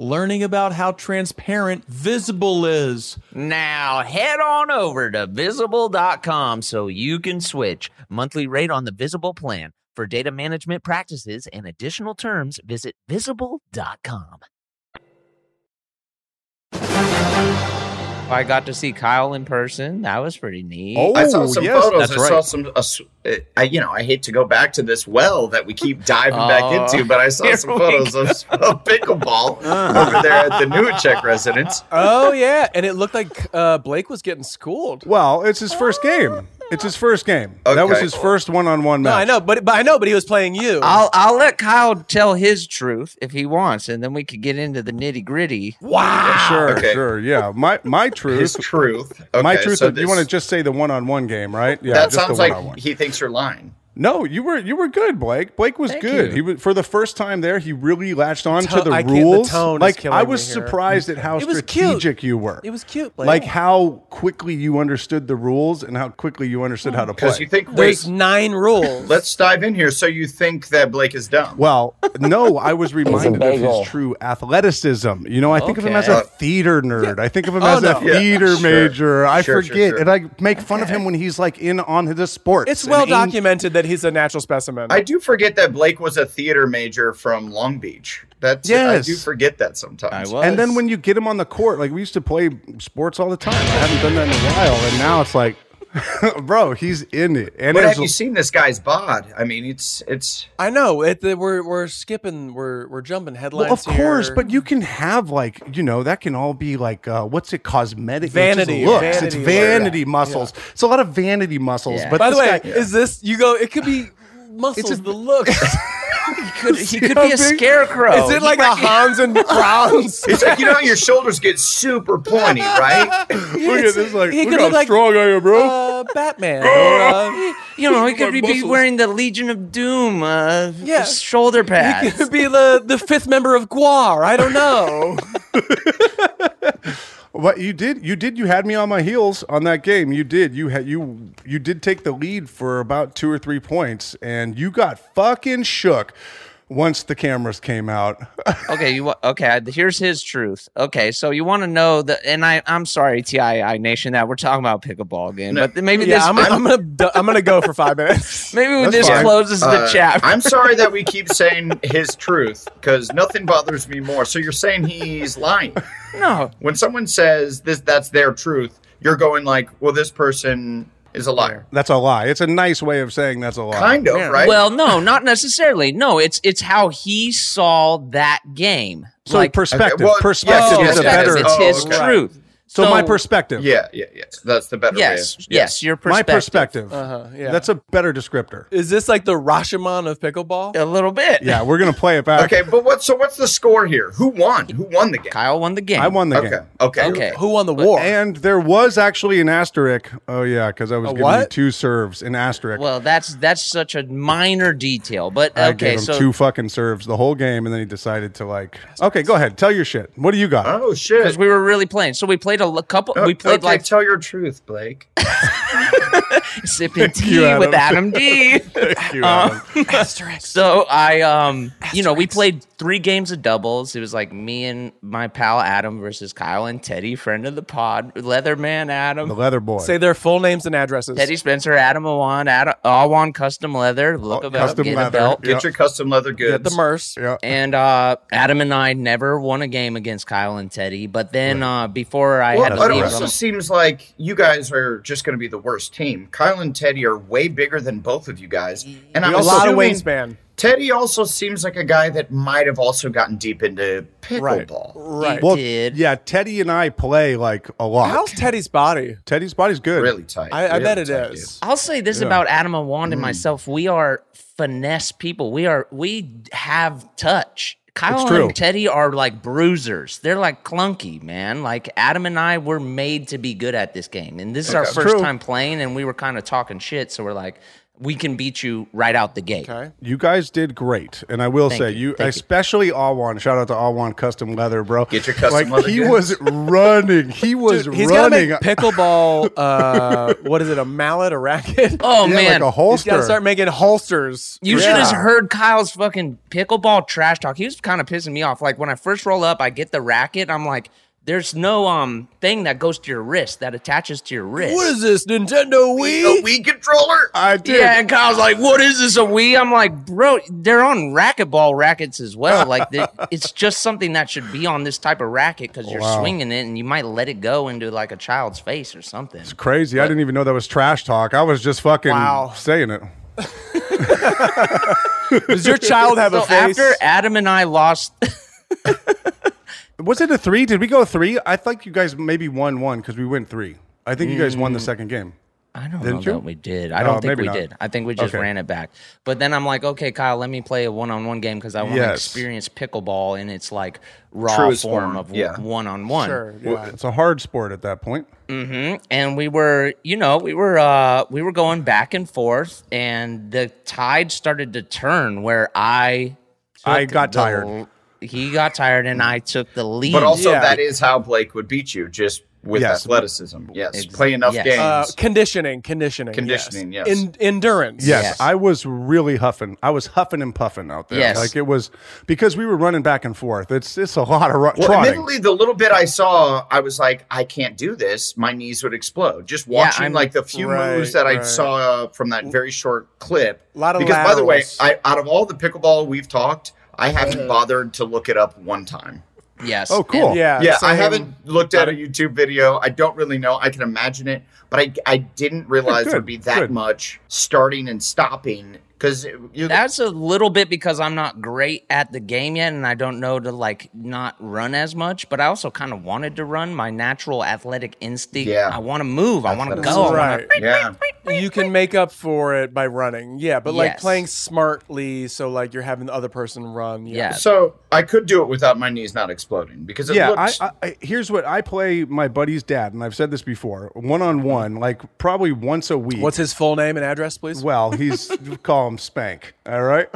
S4: learning about how transparent Visible is.
S1: Now head on over to visible.com so you can switch. Monthly rate on the visible plan. For data management practices and additional terms, visit visible.com.
S9: I got to see Kyle in person. That was pretty neat.
S7: Oh,
S5: I saw some
S7: yes,
S5: photos.
S7: that's
S5: I
S7: right.
S5: saw some. Uh, s- uh, I, you know, I hate to go back to this well that we keep diving back
S7: Ah.
S9: Oh,
S5: into, but I saw
S9: here
S5: some
S9: we
S5: photos of, of pickleball
S7: Ah.
S5: over there at the new Czech residence.
S4: Oh yeah, and it looked like uh, Blake was getting schooled.
S7: Well, it's his first game. It's his first game. That was
S5: Okay.
S7: his first one-on-one match.
S4: No, I know, but but I know, but he was playing you.
S9: I'll I'll let Kyle tell his truth if he wants, and then we could get into the nitty gritty.
S7: Sure,
S5: Ah, Okay.
S7: sure. Yeah. My my
S5: His
S7: truth.
S5: truth. Okay,
S7: my truth.
S5: So
S7: is- you want to
S5: this-
S7: just say the one-on-one game, right? Yeah.
S5: that
S7: just
S5: sounds
S7: the
S5: like
S7: one-on-one.
S5: he thinks you're lying.
S7: No, you were you were good, Blake. Blake was good.
S9: you.
S7: He was for the first time there. He really latched on
S4: To-
S7: to the
S4: I can't- the
S7: rules.
S4: tone is
S7: like
S4: killing
S7: I
S4: me
S7: was
S4: here.
S7: surprised at how
S4: It was cute.
S7: strategic you were.
S4: it was cute. Blake.
S7: like how quickly you understood the rules and how quickly you understood how to play.
S5: Because you think, wait,
S4: there's nine rules.
S5: let's dive in here. So you think that Blake is dumb?
S7: Well, no, I was reminded of his true athleticism. You know, I think of him as a
S5: Okay.
S7: theater nerd. I think of him
S4: Oh,
S7: as
S4: no.
S7: a
S4: Yeah,
S7: theater
S5: sure.
S7: major. I
S5: Sure, sure,
S7: forget,
S5: sure.
S7: and I make fun of him when he's like in on his sports.
S4: it's
S7: and
S4: well
S7: in-
S4: documented that he's a natural specimen.
S5: I do forget that Blake was a theater major from Long Beach. That's
S7: Yes.
S5: I do forget that sometimes.
S9: was.
S7: And then when you get him on the court, like we used to play sports all the time. I haven't done that in a while, and now it's like, bro, he's in it. And
S5: But
S7: it's,
S5: have you seen this guy's bod? I mean, it's it's
S4: I know it, that we're we're skipping we're we're jumping headlines.
S7: well, of course,
S4: here.
S7: but you can have like you know that can all be like uh, what's it cosmetic? It's just
S4: Vanity,
S7: looks.
S4: vanity
S7: it's
S4: work.
S7: vanity muscles. It's a lot of vanity muscles. But
S4: by the
S7: this
S4: way,
S7: guy-
S4: is this you go? It could be muscles.
S7: It's a-
S4: the look.
S9: could, he could
S7: how
S9: be a
S7: big-
S9: scarecrow.
S4: is it like a Hans and Franz?
S5: It's like you know how your shoulders get super pointy, right?
S7: look at this, like
S4: he
S7: look
S4: could
S7: how
S4: look like-
S7: strong I am, bro.
S4: Uh, Batman. or, uh,
S9: you know, he could
S7: my
S9: be, be
S7: muscles.
S9: wearing the Legion of Doom uh,
S4: Yeah.
S9: shoulder
S4: He
S9: pads.
S4: could be the, the fifth member of Guar. I don't know.
S7: But you did, you did, you had me on my heels on that game. You did, you had, you, you did take the lead for about two or three points, and you got fucking shook once the cameras came out.
S9: okay, you wa- okay? Here's his truth. Okay, so you want to know that? And I, I'm sorry, TII Nation, that we're talking about pickleball again, but th- maybe
S4: yeah,
S9: this,
S4: I'm, I'm gonna du- I'm gonna go for five minutes.
S9: maybe when
S7: that's
S9: this
S7: fine.
S9: closes the
S5: Uh,
S9: chat.
S5: I'm sorry that we keep saying his truth because nothing bothers me more. So you're saying he's lying.
S9: no,
S5: When someone says this, that's their truth. You're going like, well, this person is a liar.
S7: That's a lie. It's a nice way of saying that's a lie.
S5: Kind of, right?
S9: Well, no, not necessarily. No, it's it's how he saw that game.
S7: so
S1: uh,
S9: like
S7: perspective,
S5: Okay, well,
S7: perspective
S5: yes,
S7: is a
S5: yes,
S7: better.
S5: yes,
S9: It's
S5: Oh,
S9: his
S5: okay.
S9: truth.
S7: So, my perspective,
S5: yeah, yeah, yeah. That's the better
S9: Yes,
S5: way.
S9: yes,
S5: of-
S9: your
S7: my
S9: perspective.
S7: perspective.
S4: Uh-huh, yeah.
S7: That's a better descriptor.
S4: Is this like the Rashomon of pickleball?
S9: A little bit.
S7: Yeah, we're gonna play it back.
S5: Okay, but what? So what's the score here? Who won? Who won the game?
S9: Kyle won the game.
S7: I won the
S5: Okay,
S7: game.
S5: okay,
S9: Okay.
S4: Who won the war?
S7: And there was actually an asterisk. Oh yeah, because I was
S4: A
S7: giving you
S4: what?
S7: two serves, an asterisk.
S9: Well, that's that's such a minor detail, but
S7: I
S9: okay.
S7: gave him
S9: So
S7: two fucking serves the whole game, and then he decided to like. Okay, go ahead, tell your shit. What do you got?
S5: Oh shit!
S9: because we were really playing, so we played a l- couple.
S5: Oh,
S9: we played
S5: okay,
S9: like
S5: tell your truth, Blake.
S9: sipping
S7: you,
S9: tea with Adam D.
S7: Thank you, Adam.
S9: so I, um, you know, we played three games of doubles. It was like me and my pal Adam versus Kyle and Teddy, friend of the pod, Leatherman Adam.
S7: the leather boy.
S4: Say their full names and addresses.
S9: Teddy Spencer, Adam Awan, Adam Awan Custom Leather. Look
S7: Oh,
S9: about
S7: custom
S9: get
S7: leather.
S9: a belt.
S5: Get
S7: Yeah.
S5: your custom leather
S4: Get
S5: goods.
S4: the merce.
S7: yeah.
S9: And uh, Adam and I never won a game against Kyle and Teddy. But then uh, before I had
S5: Well,
S9: to
S5: it
S9: leave,
S5: also seems like you guys are just going to be the worst team. Kyle and Teddy are way bigger than both of you guys, and I'm
S4: A lot of
S5: assuming
S4: wingspan.
S5: Teddy also seems like a guy that might have also gotten deep into pickleball.
S4: Right.
S7: Well,
S9: did.
S7: yeah. Teddy and I play like a lot.
S4: How's Teddy's body?
S7: Teddy's body's good.
S5: Really tight.
S4: I, I
S5: really
S4: bet it
S5: tight,
S4: is.
S9: I'll say this about Adam and Wanda
S7: Mm.
S9: and myself. We are finesse people. We are we have touch. Kyle
S7: It's true.
S9: and Teddy are like bruisers. They're like clunky, man. Like Adam and I were made to be good at this game. And this is our first
S7: True.
S9: time playing and we were kind of talking shit, so we're like we can beat you right out the gate.
S4: Okay.
S7: You guys did great, and I will say you, especially Awan. Shout out to Awan Custom Leather, bro.
S5: Get your custom
S7: like,
S5: leather
S7: He
S5: goods.
S7: was running. He was
S4: Dude, he's got to
S7: running.
S4: make pickleball. Uh, what is it? A mallet? A racket?
S9: Oh
S7: yeah, like
S9: man.
S7: a
S4: he's got
S7: holster.
S4: to start making holsters.
S9: You should have heard Kyle's fucking pickleball trash talk. He was kind of pissing me off. Like when I first roll up, I get the racket. I'm like, there's no um thing that goes to your wrist that attaches to your wrist.
S4: What is this Nintendo
S5: A
S4: Wii?
S5: Wii controller?
S7: I did.
S9: Yeah, and Kyle's like, "What is this a Wii?" I'm like, "Bro, they're on racquetball rackets as well. Like, they, it's just something that should be on this type of racket because you're
S7: Wow.
S9: swinging it and you might let it go into like a child's face or something."
S7: It's crazy. I didn't even know that was trash talk. I was just fucking
S4: Wow.
S7: saying it.
S4: Does your child have
S9: So
S4: a face?
S9: after Adam and I lost,
S7: Was it a three? Did we go three? I think you guys maybe won one because we went three. I think you guys won
S9: Mm.
S7: the second game.
S9: I don't
S7: Didn't
S9: know
S7: you?
S9: that we did. I
S7: No,
S9: don't think
S7: maybe
S9: we
S7: not.
S9: did. I think we just
S7: Okay.
S9: ran it back. But then I'm like, okay, Kyle, let me play a one-on-one game because I want to
S7: Yes.
S9: experience pickleball in its like raw
S5: Truest
S9: form
S5: form,
S9: of
S5: yeah.
S9: one-on-one. Mm-hmm.
S4: Sure, yeah.
S7: It's a hard sport at that point.
S9: and we were you know we were uh we were going back and forth and the tide started to turn where i
S7: I
S9: took
S7: got
S9: the-
S7: tired.
S9: he got tired and i took the lead
S5: But also,
S4: Yeah.
S5: that is how Blake would beat you, just with
S7: Yes.
S5: athleticism. Yes,
S9: Ex-
S5: play enough
S9: yes.
S5: games.
S4: Uh, conditioning, conditioning,
S5: Conditioning, yes.
S4: En- endurance,
S7: Yes,
S9: Yes.
S7: I was really huffing. I was huffing and puffing out there.
S9: Yes.
S7: Like it was because we were running back and forth. It's it's a lot of ru-
S5: well,
S7: trotting.
S5: admittedly, the little bit I saw, I was like, I can't do this. My knees would explode. Just
S9: Yeah,
S5: watching
S9: I'm-
S5: like the few
S4: Right,
S5: moves that I
S4: right.
S5: saw from that very short clip.
S4: Lot of
S5: because by the way,
S4: laterals.
S5: I, out of all the pickleball we've talked, I
S9: Mm.
S5: haven't bothered to look it up one time.
S9: yes
S7: Oh, cool.
S4: yeah.
S5: yeah, I
S4: Uh, same.
S5: haven't looked at a YouTube video. I don't really know. I can imagine it, but I, I didn't realize
S7: good,
S5: there'd be that
S7: good.
S5: much starting and stopping because you
S9: that's a little bit because i'm not great at the game yet and i don't know to like not run as much but i also kind of wanted to run my natural athletic instinct
S5: Yeah.
S9: i want to move i want to
S5: Athleticism.
S9: go I wanna-
S4: Right.
S5: yeah.
S4: You can make up for it by running. Yeah, but like
S9: Yes.
S4: playing smartly, so like you're having the other person run. Yeah.
S9: yes
S5: So I could do it without my knees not exploding because it
S7: yeah, I,
S5: looks
S7: I, I, here's what I play my buddy's dad, and I've said this before, one on one, like probably once a week.
S4: What's his full name and address, please?
S7: well? He's call call him Spank. All right.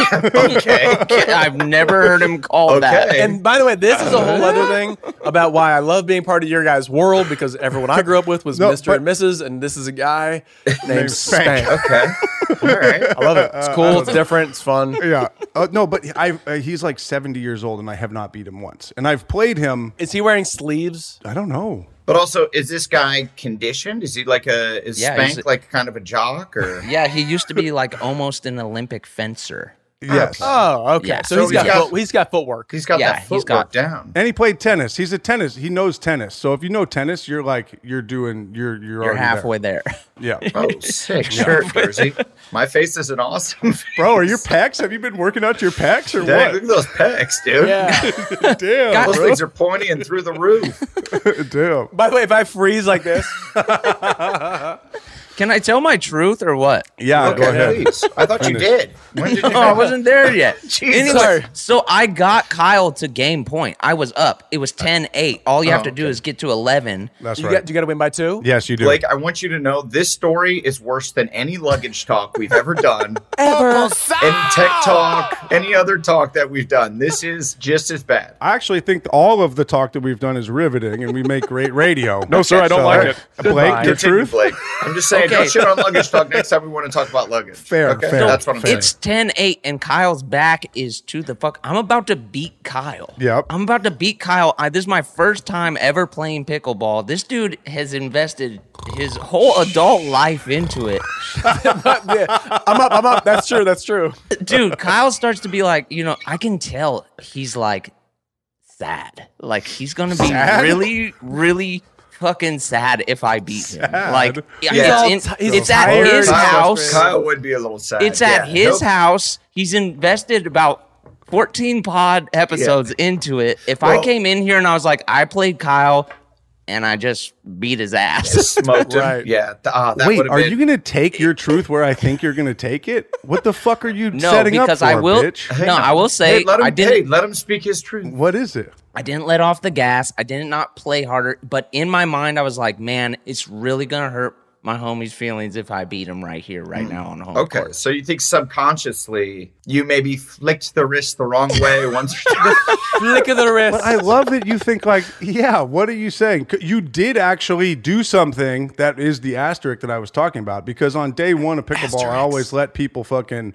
S9: okay. I've never heard him called that.
S5: Okay.
S4: And by the way, this is a whole other thing about why I love being part of your guys' world because everyone I grew up with was
S7: No,
S4: Mr.
S7: but-
S4: and Mrs. And this is a guy named
S7: Named
S4: Spank.
S7: Spank.
S5: Okay. All right.
S4: I love it. It's cool.
S7: Uh,
S4: It's different. It's fun.
S7: yeah. Uh, no, but I uh, he's like 70 years old, and I have not beat him once. And I've played him.
S4: Is he wearing sleeves?
S7: I don't know.
S5: But also, is this guy conditioned? Is he like a is
S9: Yeah,
S5: Spank
S9: he's-
S5: like kind of a jock or?
S9: Yeah, he used to be like almost an Olympic fencer.
S7: Yes.
S4: Oh, okay.
S9: Yeah.
S4: So,
S5: So
S4: he's
S5: he's
S4: got,
S5: got-
S4: foot, he's got footwork.
S5: He's got
S9: Yeah,
S5: that
S9: he's
S5: footwork
S9: got-
S5: down.
S7: and he played tennis. He's a tennis. He knows tennis. So if you know tennis, you're like you're doing. You're you're,
S9: You're
S7: already
S9: halfway there.
S7: There. Yeah.
S5: Oh, sick shirt, Jersey. My face is an awesome face.
S7: Bro, are your pecs? Have you been working out your pecs or
S5: Dang, look at those pecs, dude.
S4: yeah.
S7: what? Damn,
S5: Those things are pointy and through the roof.
S7: damn.
S4: By the way, if I freeze like this,
S9: Can I tell my truth or what?
S7: Yeah, go
S5: Okay,
S7: ahead.
S5: please. I thought you did. When did you?
S9: No, I wasn't there yet.
S4: Sorry.
S9: anyway, so I got Kyle to game point. I was up. It was 10-8. All you have
S7: Oh,
S9: to do is get to 11.
S7: That's
S4: you
S7: right.
S4: got, do you got to win by two?
S7: yes, you do.
S5: Blake, I want you to know this story is worse than any luggage talk we've ever done,
S4: Ever.
S5: and tech talk, any other talk that we've done. This is just as bad.
S7: I actually think all of the talk that we've done is riveting, and we make great radio. no,
S10: sir, I don't like it.
S7: Blake, your
S5: Continue,
S7: truth.
S5: Blake. I'm just saying,
S9: Okay.
S5: don't shit on luggage talk next time we want to talk about luggage.
S7: Fair,
S5: okay?
S7: fair,
S5: That's what I'm
S7: fair.
S5: saying.
S9: It's 10-8 and Kyle's back is to the fuck. I'm about to beat Kyle.
S7: Yep.
S9: I'm about to beat Kyle. I, this is my first time ever playing pickleball. This dude has invested his whole adult life into it.
S4: I'm up. I'm up. That's true. That's true.
S9: dude kyle starts to be like you know i can tell he's like sad like he's gonna be really really fucking sad if i beat him like
S5: He's all
S9: it's, in,
S4: ti- he's
S9: it's
S4: all
S9: at
S4: tired,
S9: his
S4: he's
S5: Kyle,
S9: house
S4: frustrated.
S5: Kyle would be a little sad.
S9: it's at
S5: yeah.
S9: his
S5: Nope.
S9: house he's invested about 14 pod episodes into it if i
S5: Well-
S9: came in here and i was like i played kyle and i just beat his ass
S5: Smoked him.
S4: Right.
S5: Yeah. th- ah, that
S7: Wait,
S5: would've
S7: are
S5: been-
S7: you going to take your truth where I think you're going to take it? What the fuck are you
S9: no
S7: setting
S9: because
S7: up for,
S9: i will
S7: bitch?
S9: no i will say
S5: Hey, let him,
S9: i didn't
S5: hey, let him speak his truth.
S7: What is it?
S9: I didn't let off the gas. I didn't not play harder. But in my mind, I was like, man, it's really gonna hurt my homie's feelings if I beat him right here,
S7: Hmm.
S9: right now on home
S5: Okay,
S9: court.
S5: so you think subconsciously you maybe flicked the wrist the wrong way once or twice.
S4: Flick of the wrist.
S7: But I love that you think like, yeah. What are you saying? C- You did actually do something that is the asterisk that I was talking about. Because on day one of pickleball, I always let people fucking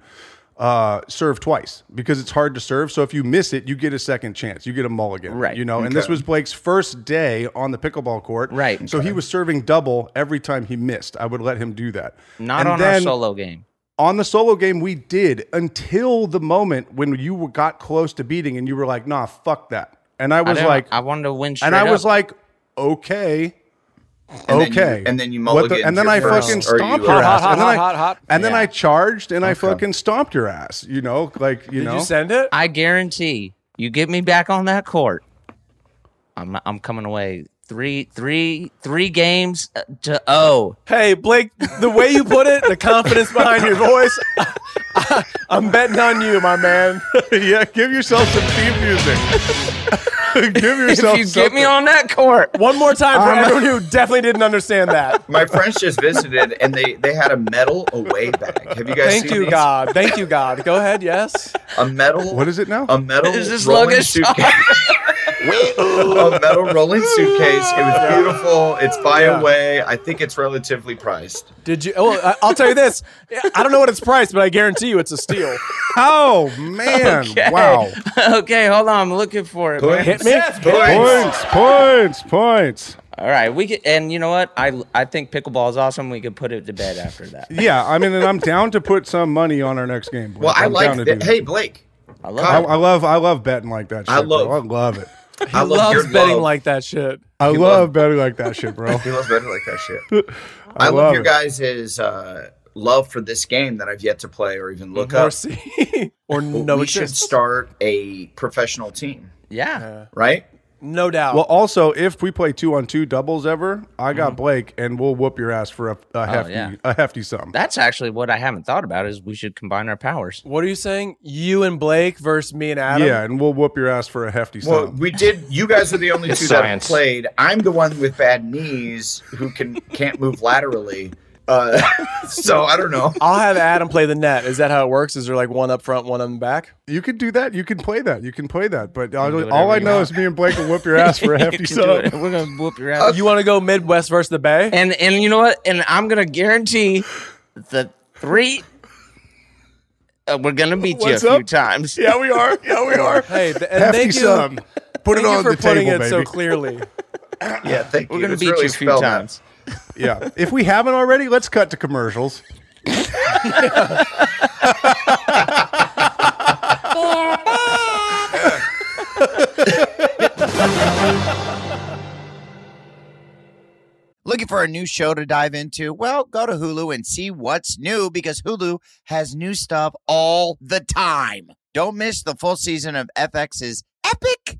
S7: uh, serve twice because it's hard to serve. So if you miss it, you get a second chance. You get a mulligan,
S9: Right.
S7: You know. And this was Blake's first day on the pickleball court,
S9: Right.
S7: So he was serving double every time he missed. I would let him do that.
S9: Not
S7: And
S9: on our
S7: then-
S9: solo game.
S7: on the solo game we did until the moment when you were- got close to beating and you were like nah fuck that and i
S9: I
S7: was
S9: didn't-
S7: like
S9: I wanted to win straight
S7: and i was
S9: up.
S7: like okay
S5: And then
S7: okay
S5: you- and then you
S7: What
S5: mulliganed
S7: and then
S5: your
S7: i
S5: first,
S7: fucking
S5: or you
S7: stomped
S5: were-
S7: your
S4: Hot,
S7: ass
S4: hot,
S7: and then
S4: hot,
S7: I-
S4: hot, hot.
S7: and then i charged and i fucking stomped your ass you know like you
S4: Did
S7: know
S4: you send it?
S9: I guarantee you get me back on that court. I'm I'm coming away three three three games uh, to oh.
S4: Hey, Blake, the way you put it, the confidence behind your voice, I'm betting on you, my man.
S7: yeah give yourself some theme music give
S9: If
S7: yourself
S9: you get
S7: something.
S9: me on that court,
S4: One more time for
S7: I'm-
S4: everyone who definitely didn't understand that.
S5: My friends just visited and they they had a metal away bag. Have you guys
S4: Thank
S5: seen
S4: you,
S5: these?
S4: God. Thank you, God. Go ahead. Yes.
S5: A metal
S7: what is it now
S5: A metal
S9: Is this
S5: rolling
S9: luggage?
S5: suitcase. a metal rolling suitcase. It was beautiful. It's by
S4: Yeah.
S5: away. I think it's relatively priced.
S4: Did you? Well, I- I'll tell you this. I don't know what it's priced, but I guarantee you it's a steal.
S7: oh man wow
S9: okay, hold on, I'm looking for it. man.
S4: Hit me.
S7: points points points
S9: All right, we could, and you know what? I I think pickleball is awesome. We could put it to bed after that.
S7: Yeah, I mean, and I'm down to put some money on our next game. Blake.
S5: Well, I
S7: I'm down
S5: like
S7: to
S5: that.
S7: do
S5: Hey, Blake.
S9: I
S7: I,
S9: love it.
S7: I love, I love betting like that. Shit,
S5: I love-
S7: bro. I love it.
S5: I love your
S4: Loves betting
S5: love.
S4: like that shit.
S7: I love,
S5: love-
S7: betting like that shit, bro.
S5: He loves better like that shit. I, love,
S7: love
S5: your
S7: it.
S5: guys' uh, love for this game that I've yet to play or even look
S4: Or
S5: up.
S4: see, or no,
S5: we
S4: it
S5: should
S4: exists.
S5: start a professional team,
S9: yeah.
S5: right?
S4: No doubt.
S7: Well, also, if we play two on two doubles ever, I
S5: Mm-hmm.
S7: got Blake, and we'll whoop your ass for a, a hefty,
S9: yeah.
S7: a hefty sum.
S9: That's actually what I haven't thought about is we should combine our powers.
S4: what are you saying? You and Blake versus me and Adam.
S7: yeah, and we'll whoop your ass for a hefty
S5: Well,
S7: sum.
S5: we did. You guys are the only two that have played. I'm the one with bad knees who can can't move laterally. Uh, so I don't know.
S11: I'll have Adam play the net. Is that how it works? Is there like one up front, one on the back?
S7: You can do that. You can play that. You can play that. But
S11: do
S7: all,
S11: whatever
S7: all I
S11: you
S7: know
S11: want.
S7: is me and Blake will whoop your ass for a hefty
S9: You can do
S7: sum.
S9: it. We're gonna whoop your ass.
S11: You want to go Midwest versus the Bay?
S9: and and you know what? And I'm gonna guarantee the three. Uh, we're gonna beat
S7: What's
S9: you a few
S7: up?
S9: times.
S7: Yeah, we are. Yeah, we are.
S11: Hey, th- and
S7: hefty
S11: thank you.
S7: sum. Put
S11: Thank
S7: it
S11: you
S7: on
S11: for
S7: the
S11: putting
S7: table,
S11: it
S7: baby.
S11: so clearly.
S5: Yeah, thank
S9: We're
S5: you.
S9: gonna
S5: It's
S9: beat
S5: really
S9: you a few
S5: spelled out.
S9: times.
S7: yeah. If we haven't already, let's cut to commercials.
S3: Looking for a new show to dive into? Well, go to Hulu and see what's new because Hulu has new stuff all the time. Don't miss the full season of FX's epic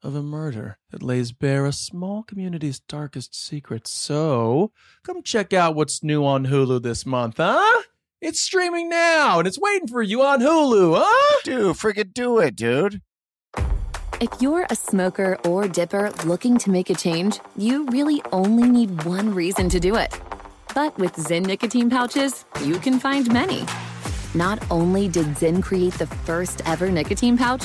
S4: of a murder that lays bare a small community's darkest secrets. So, come check out what's new on Hulu this month, huh? It's streaming now and it's waiting for you on Hulu, huh?
S3: Dude, friggin' do it, dude.
S10: If you're a smoker or dipper looking to make a change, you really only need one reason to do it. But with Zyn nicotine pouches, you can find many. Not only did Zyn create the first ever nicotine pouch,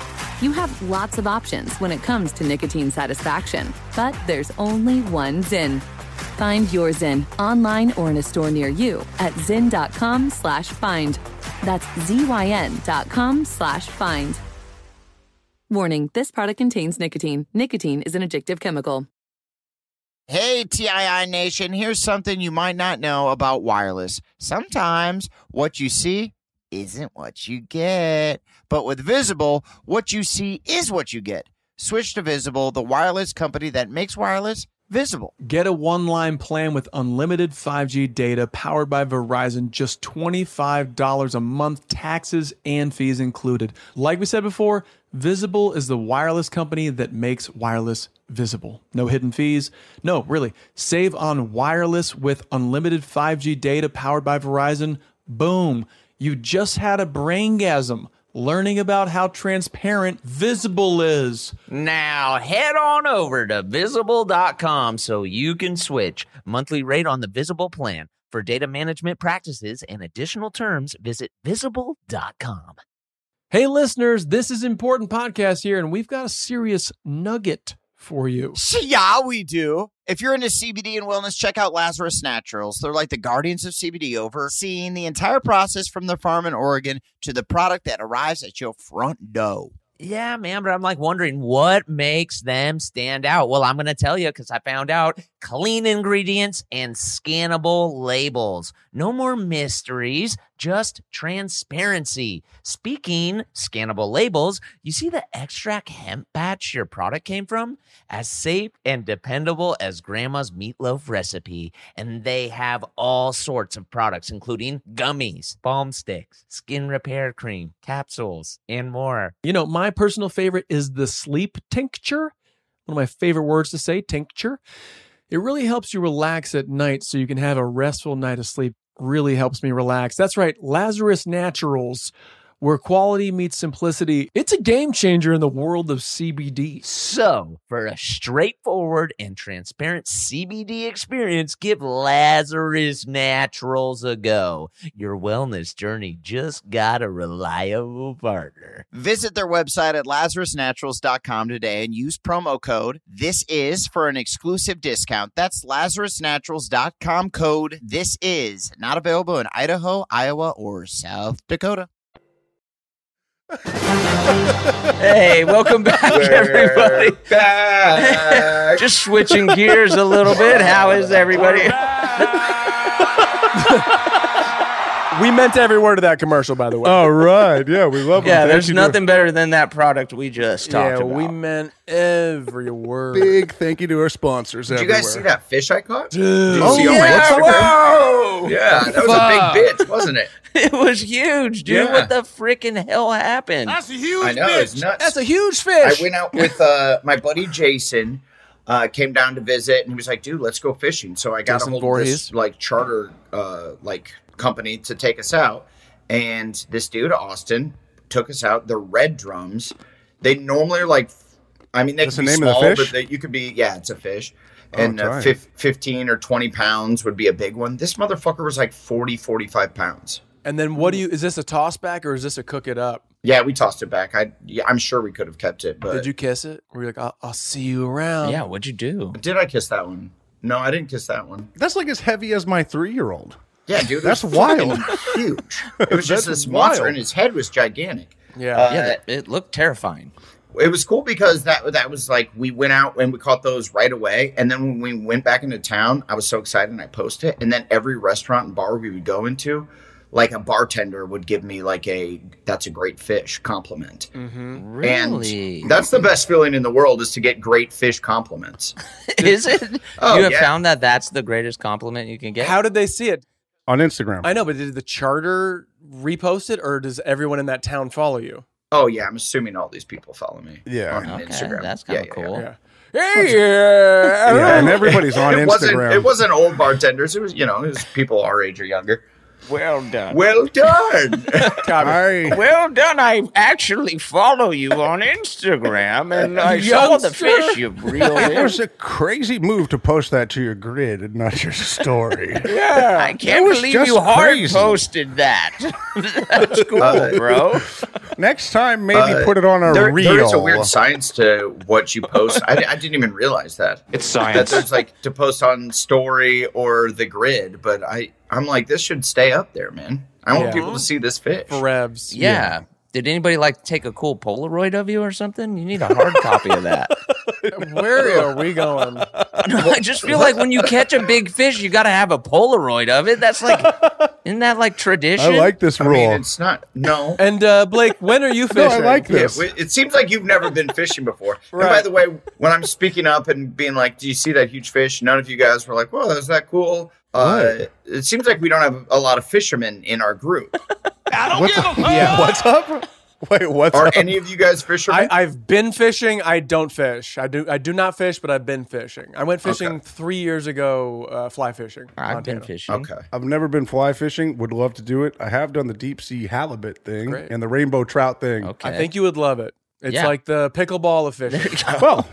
S10: You have lots of options when it comes to nicotine satisfaction, but there's only one Zyn. Find your Zyn online or in a store near you at zyn.com slash find. That's Z-Y-N dot com slash find. Warning, this product contains nicotine. Nicotine is an addictive chemical.
S3: Hey, TII Nation, here's something you might not know about wireless. Sometimes what you see isn't what you get. But with Visible, what you see is what you get. Switch to Visible, the wireless company that makes wireless visible.
S4: Get a one line plan with unlimited 5G data powered by Verizon, just $25 a month, taxes and fees included. Like we said before, Visible is the wireless company that makes wireless visible. No hidden fees. No, really. Save on wireless with unlimited 5G data powered by Verizon. Boom. You just had a braingasm learning about how transparent Visible is.
S1: Now head on over to visible.com so you can switch. Monthly rate on the visible plan. For data management practices and additional terms, visit visible.com.
S4: Hey, listeners, this is Important Podcast here, and we've got a serious nugget for you.
S3: See, yeah, we do. If you're into CBD and wellness, check out Lazarus Naturals. They're like the guardians of CBD, overseeing the entire process from the farm in Oregon to the product that arrives at your front door.
S1: Yeah, man, but I'm like wondering what makes them stand out. Well, I'm going to tell you because I found out clean ingredients and scannable labels. No more mysteries, just transparency. Speaking scannable labels, you see the extract hemp batch your product came from? As safe and dependable as grandma's meatloaf recipe. And they have all sorts of products, including gummies, balm sticks, skin repair cream, capsules, and more.
S4: You know, my personal favorite is the sleep tincture. One of my favorite words to say, tincture. It really helps you relax at night so you can have a restful night of sleep. Really helps me relax. That's right, Lazarus Naturals where quality meets simplicity. It's a game changer in the world of CBD.
S1: So, for a straightforward and transparent CBD experience, give Lazarus Naturals a go. Your wellness journey just got a reliable partner.
S3: Visit their website at lazarusnaturals.com today and use promo code This Is for an exclusive discount. That's lazarusnaturals.com code This Is. Not available in Idaho, Iowa, or South Dakota.
S9: Hey, welcome back, everybody.
S5: Back.
S9: Just switching gears a little bit. How is everybody?
S4: We meant every word of that commercial, by the way.
S7: All right. Yeah, we love them.
S9: Yeah,
S7: Thank
S9: there's
S7: you to-
S9: nothing better than that product we just talked
S4: yeah,
S9: about.
S4: we meant every word.
S7: Big thank you to our sponsors.
S5: Did you
S7: everywhere.
S5: guys see that fish I caught?
S4: Dude.
S5: Oh,
S7: yeah, Oh!
S5: Whoa! Yeah, that was a big bitch, wasn't it?
S9: it was huge, dude.
S5: Yeah.
S9: What the freaking hell happened?
S5: I know, it's nuts.
S4: That's a huge fish.
S5: I went out with uh, my buddy Jason. Uh, came down to visit, and he was like, "Dude, let's go fishing." So I got
S4: Jason
S5: a hold of
S4: Voorhees.
S5: this like charter uh, like company to take us out, and this dude Austin took us out. The Red Drums. They normally are like, I mean, they
S7: That's
S5: can
S7: the
S5: be
S7: name of the
S5: small,
S7: fish?
S5: but they, you could be yeah, it's a fish.
S4: Oh,
S5: And uh,
S7: tight.
S5: fif- 15 or 20 pounds would be a big one. This motherfucker was like 40, 45 pounds.
S4: and then what do you? Is this a toss back or is this a cook it up?
S5: Yeah, we tossed it back. I, yeah, I'm sure we could have kept it, but
S4: Did you kiss it? Were you like, I'll, I'll see you around?
S9: yeah, what'd you do?
S5: Did I kiss that one? No, I didn't kiss that one.
S7: That's like as heavy as my three year old.
S5: Yeah, dude, it
S7: That's
S5: was
S7: wild.
S5: fucking Huge. It was just
S7: That's
S5: this monster,
S7: wild.
S5: and his head was gigantic.
S4: Yeah.
S5: Uh,
S9: Yeah, that, it looked terrifying.
S5: it was cool because that that was like we went out and we caught those right away, and then when we went back into town, I was so excited and I posted, it. and then every restaurant and bar we would go into. Like a bartender would give me like a that's a great fish compliment,
S7: Mm-hmm.
S9: Really?
S5: and that's the best feeling in the world is to get great fish compliments.
S9: Is it?
S5: Oh,
S9: you have
S5: yeah.
S9: found that that's the greatest compliment you can get.
S4: How did they see it?
S7: On Instagram.
S4: I know, but did the charter repost it, or does everyone in that town follow you?
S5: Oh yeah, I'm assuming all these people follow me.
S7: Yeah.
S5: on
S9: okay,
S5: Instagram.
S9: that's
S5: Yeah,
S9: kind of
S5: yeah, yeah.
S9: cool.
S4: Hey, yeah.
S7: yeah, and everybody's on
S5: it
S7: Instagram.
S5: wasn't it wasn't old bartenders. It was you know it was people our age or younger.
S9: Well done.
S5: Well done.
S7: I,
S9: Well done. I actually follow you on Instagram and I saw the fish you reeled
S7: it
S9: in.
S7: was a crazy move to post that to your grid and not your story.
S9: I can't
S7: was
S9: believe
S7: just
S9: you hard
S7: crazy.
S9: posted that. That's cool, bro.
S7: Next time, maybe
S5: Uh,
S7: put it on a
S5: there,
S7: reel.
S5: there is a weird science to what you post. I, I didn't even realize that. It's science. That there's like to post on story or the grid, but I I'm like this should stay up there, man. I want
S4: Yeah.
S5: people to see this fish.
S4: Revs.
S9: Yeah. Did anybody like take a cool Polaroid of you or something? You need a hard copy of that.
S4: Where are we going?
S9: I just feel like when you catch a big fish, you got to have a Polaroid of it. That's like, isn't that like
S7: I
S4: Oh,
S9: tradition?
S7: like this
S5: I
S7: rule.
S5: mean, it's not no.
S4: And uh, Blake, when are you
S7: no,
S4: fishing?
S7: I like
S5: Yeah,
S7: this.
S5: w- it seems like you've never been fishing before. And by
S4: Right.
S5: the way, when I'm speaking up and being like, "Do you see that huge fish?" None of you guys were like, "Whoa, is that cool?" Uh, it seems like we don't have a lot of fishermen in our group.
S7: what's up? Yeah, what's up? Wait, what's
S5: Are
S7: up?
S5: any of you guys fishermen?
S4: I, I've been fishing. I don't fish. I do. I do not fish, but I've been fishing. I went fishing three years ago, uh, fly fishing.
S9: I've been
S4: Montana.
S9: fishing.
S5: okay.
S7: I've never been fly fishing. Would love to do it. I have done the deep sea halibut thing
S4: Great. Oh.
S7: and the rainbow trout thing.
S9: Okay.
S4: I think you would love it. It's
S9: Yeah.
S4: like the pickleball of fishing.
S7: Well,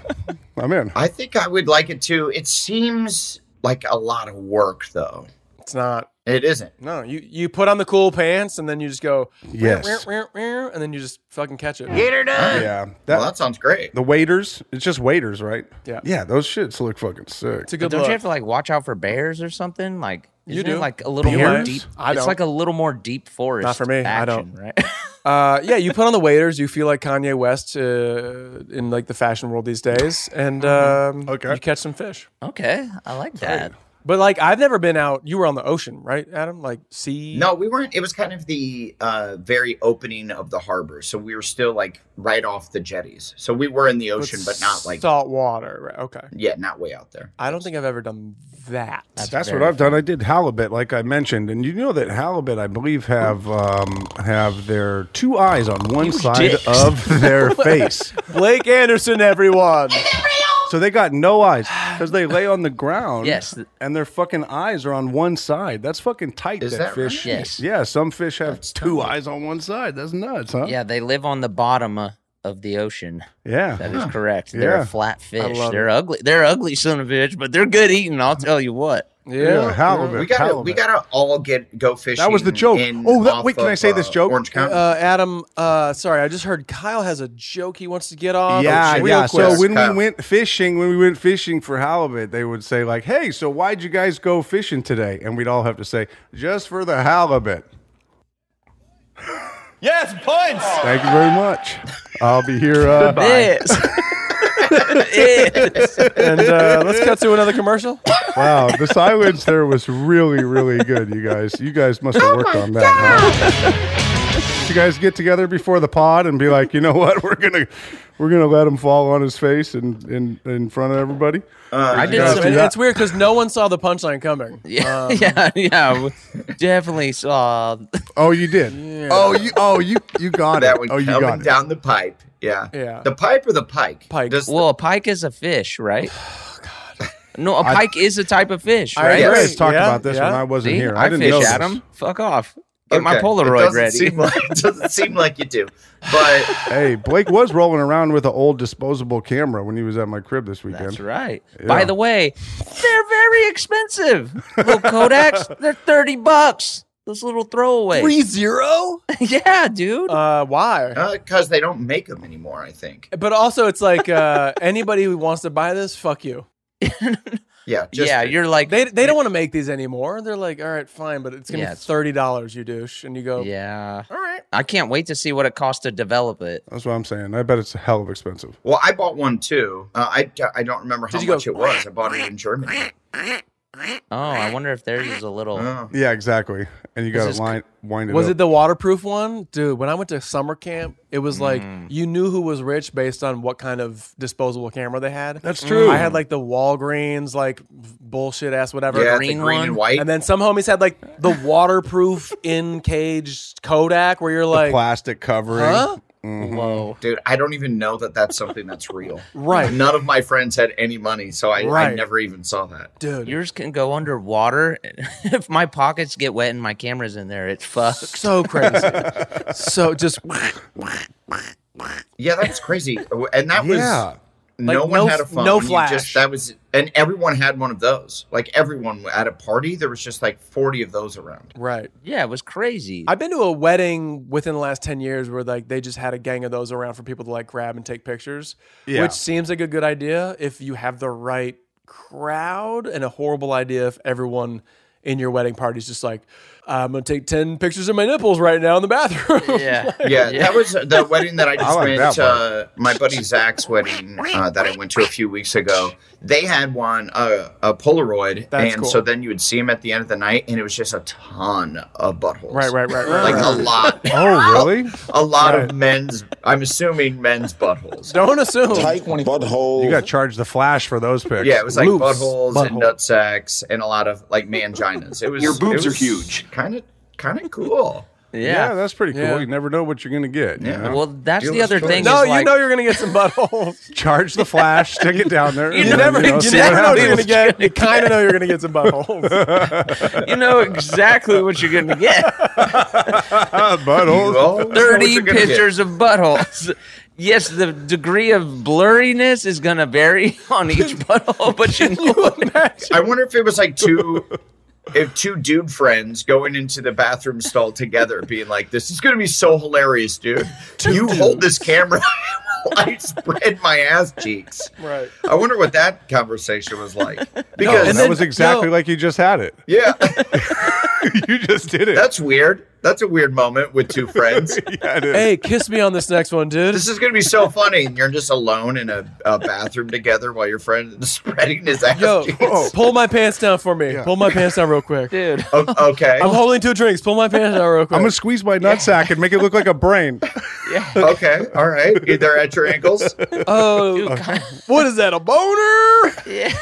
S7: I'm in.
S5: I think I would like it too. It seems like a lot of work, though.
S4: it's not.
S5: It isn't.
S4: No, you you put on the cool pants and then you just go.
S7: Yes.
S4: "Meow, meow, meow," and then you just fucking catch it.
S7: Yeah. That,
S5: Well, that sounds great.
S7: the waiters. It's just waiters, right?
S4: Yeah.
S7: Yeah, those shits look fucking sick.
S4: It's a
S9: But
S4: good
S9: don't
S4: look.
S9: you have to like watch out for bears or something? Like
S4: You
S9: isn't
S4: do.
S9: It like a little more
S7: Bears?
S9: deep.
S4: I
S9: It's
S4: don't.
S9: like a little more deep forest.
S4: Not for me. I
S9: action,
S4: don't.
S9: Right.
S4: Uh, yeah, you put on the waiters. You feel like Kanye West uh, in like the fashion world these days, and
S9: Uh-huh.
S4: um,
S7: Okay.
S4: you catch some fish.
S9: okay, I like that.
S4: But like, I've never been out. You were on the ocean, right, Adam? Like sea.
S5: No, we weren't. It was kind of the uh, very opening of the harbor, so we were still like right off the jetties. So we were in the ocean, but not like
S4: salt water. Right? Okay.
S5: yeah, not way out there.
S4: I don't think I've ever done that.
S7: That's what I've done. I did halibut, like I mentioned, and you know that halibut, I believe, have um, have their two eyes on one side
S9: dicks.
S7: of their face,
S4: Blake Anderson, everyone.
S7: so they got no eyes. because they lay on the ground.
S9: Yes.
S7: and their fucking eyes are on one side. That's fucking tight.
S5: Is that
S7: fish.
S9: right? Yes.
S7: Yeah, some fish have two eyes on one side. That's nuts, huh?
S9: Yeah, they live on the bottom uh, of the ocean.
S7: Yeah.
S9: That is correct. They're
S7: Yeah.
S9: a flat fish.
S4: love
S9: They're ugly. They're ugly son of a bitch, but they're good eating. I'll tell you what.
S7: Yeah, halibut.
S5: We gotta, we
S7: halibut.
S5: gotta all get go fishing.
S7: That was the joke.
S5: in-
S7: Oh, that-
S5: off
S7: wait, can
S5: of,
S7: I say this
S5: uh,
S7: joke?
S5: Orange County.
S4: Uh, Adam, uh, sorry, I just heard Kyle has a joke he wants to get off.
S7: yeah,
S4: real
S7: yeah.
S4: Quick.
S7: So when
S5: Kyle.
S7: we went fishing, when we went fishing for halibut, they would say like, "Hey, so why'd you guys go fishing today?" And we'd all have to say, "Just for the halibut."
S12: Yes, punch.
S7: Thank you very much. I'll be here. Uh,
S9: Yes. yes.
S4: and uh, let's cut to another commercial.
S7: wow, the silence there was really, really good. You guys, you guys must have worked on that. huh? Did you guys get together before the pod and be like, you know what, we're gonna, we're gonna let him fall on his face and in, in front of everybody.
S5: I
S7: you
S9: Uh, did
S7: guys
S9: some-
S7: do
S4: And
S7: that?
S4: it's weird because no one saw the punchline coming.
S9: Yeah, yeah, yeah. w- Definitely saw.
S7: Oh, you did. Oh, you. Oh, you. You got
S5: that
S7: it.
S5: one
S7: Oh, you
S5: coming
S7: got it.
S5: down the pipe. Yeah,
S4: Yeah.
S5: The pipe or the pike?
S4: Pike.
S5: Does the-
S9: Well, a pike is a fish, right? No, a pike is a type of fish, right?
S7: You
S4: agree.
S7: guys talked
S4: Yeah,
S7: about this
S4: yeah.
S7: when I wasn't
S9: See?
S7: here.
S9: I,
S7: I, didn't
S9: fish,
S7: know this.
S9: Adam. Fuck off. Get
S5: Okay.
S9: my
S5: it
S9: Polaroid
S5: doesn't
S9: ready.
S5: Seem like, it doesn't seem like you do, but
S7: Hey, Blake was rolling around with an old disposable camera when he was at my crib this weekend.
S9: That's right.
S7: Yeah.
S9: By the way, they're very expensive. Little Kodaks, they're 30 bucks. Those little throwaways.
S4: Three zero?
S9: yeah, dude.
S4: Uh, why?
S5: because they don't make them anymore, I think.
S4: But also, it's like uh, anybody who wants to buy this, fuck you.
S5: Yeah, just,
S9: yeah, you're like,
S4: They, they don't want to make these anymore. They're like, all right, fine, but it's gonna
S9: Yeah,
S4: be
S9: it's-
S4: thirty dollars, you douche. And you go,
S9: yeah.
S4: all right,
S9: I can't wait to see what it costs to develop it.
S7: That's what I'm saying. I bet it's a hell of expensive.
S5: Well, I bought one too. Uh, I I don't remember how
S4: Did you go-
S5: much it was. I bought it in Germany.
S9: Oh, I wonder if theirs is a little.
S5: Oh.
S7: Yeah, exactly. And you got to
S9: This is
S7: line wind it
S4: Was
S7: up.
S4: it the waterproof one? Dude, when I went to summer camp, it was like
S5: Mm.
S4: you knew who was rich based on what kind of disposable camera they had.
S7: That's true.
S4: I had like the Walgreens, like bullshit ass whatever.
S5: Yeah,
S9: green
S5: the green
S9: one?
S5: and white.
S4: And then some homies had like the waterproof in cage Kodak where you're like,
S7: plastic covering?
S4: huh?
S9: Whoa.
S5: Dude, I don't even know that that's something that's real.
S4: Right.
S5: None of my friends had any money, so I, I
S4: Right.
S5: never even saw that.
S4: Dude.
S9: Yours can go underwater. if my pockets get wet and my camera's in there, it's fucked.
S4: so crazy. so just
S5: Yeah, that was crazy. And that was
S7: Yeah.
S5: no
S4: Like,
S5: one
S4: no
S5: had a
S4: f-
S5: phone.
S4: no
S5: You
S4: flash.
S5: Just, that was and everyone had one of those. Like everyone at a party, there was just like forty of those around.
S4: right.
S9: Yeah, it was crazy.
S4: I've been to a wedding within the last 10 years where like they just had a gang of those around for people to like grab and take pictures,
S7: Yeah.
S4: which seems like a good idea if you have the right crowd and a horrible idea if everyone in your wedding party is just like, I'm going to take 10 pictures of my nipples right now in the bathroom.
S9: yeah.
S5: Yeah, that was the wedding that I just
S7: like
S5: went
S7: that
S5: to. Uh, my buddy Zach's wedding uh, that I went to a few weeks ago. They had one uh, a Polaroid,
S4: That's
S5: and
S4: cool.
S5: so then you would see him at the end of the night, and it was just a ton of buttholes.
S4: right, right, right, right.
S5: Like a lot,
S7: Oh, really?
S5: a lot of men's. I'm assuming men's buttholes.
S4: Don't assume.
S12: butthole.
S7: You got to charge the flash for those pics.
S5: Yeah, it was like
S4: Loops.
S5: buttholes
S4: Butthole.
S5: and nut sacks and a lot of like manginas. It was
S12: Your boobs
S5: it
S12: are
S5: was
S12: huge.
S5: Kind of, kind of cool.
S7: Yeah,
S9: Yeah.
S7: that's pretty cool.
S4: Yeah.
S7: You never know what you're gonna get. you
S5: Yeah.
S7: know?
S9: Well, that's the
S5: Dealer's
S9: other
S5: choice.
S9: thing.
S4: No,
S9: is
S4: you
S9: like,
S4: know you're going to get some buttholes.
S7: charge the flash, stick it down there.
S9: You
S7: and then,
S4: never, you
S7: see
S4: never
S7: what
S4: know what you're going to
S7: happens.
S4: get. You kind of know you're going to get some buttholes.
S9: you know exactly what you're gonna get.
S7: Ah,
S5: You always
S7: buttholes.
S5: know what
S9: Thirty
S5: you're gonna get.
S9: pictures of buttholes. Yes, the degree of blurriness is gonna vary on each butthole, but you know what?
S5: I wonder if it was like two. If two dude friends going into the bathroom stall together, being like, "This is going to be so hilarious, dude! you hold this camera while I spread my ass cheeks."
S4: right.
S5: I wonder what that conversation was like. Because
S4: And
S7: And that
S4: then-
S7: was exactly
S4: no.
S7: like you just had it.
S5: yeah,
S7: you just did it.
S5: that's weird. That's a weird moment with two friends.
S7: yeah, it is.
S4: Hey, kiss me on this next one, dude.
S5: This is going to be so funny. And you're just alone in a, a bathroom together while your friend is spreading his ass.
S4: Yo,
S5: cheeks.
S4: pull my pants down for me. Pull my pants down real quick.
S9: Dude,
S5: O- okay.
S4: I'm holding two drinks. Pull my pants down real quick.
S7: I'm gonna squeeze my nutsack and make it look like a brain. Oh,
S5: Okay. All right. Either at your ankles.
S4: oh, what is that? A boner?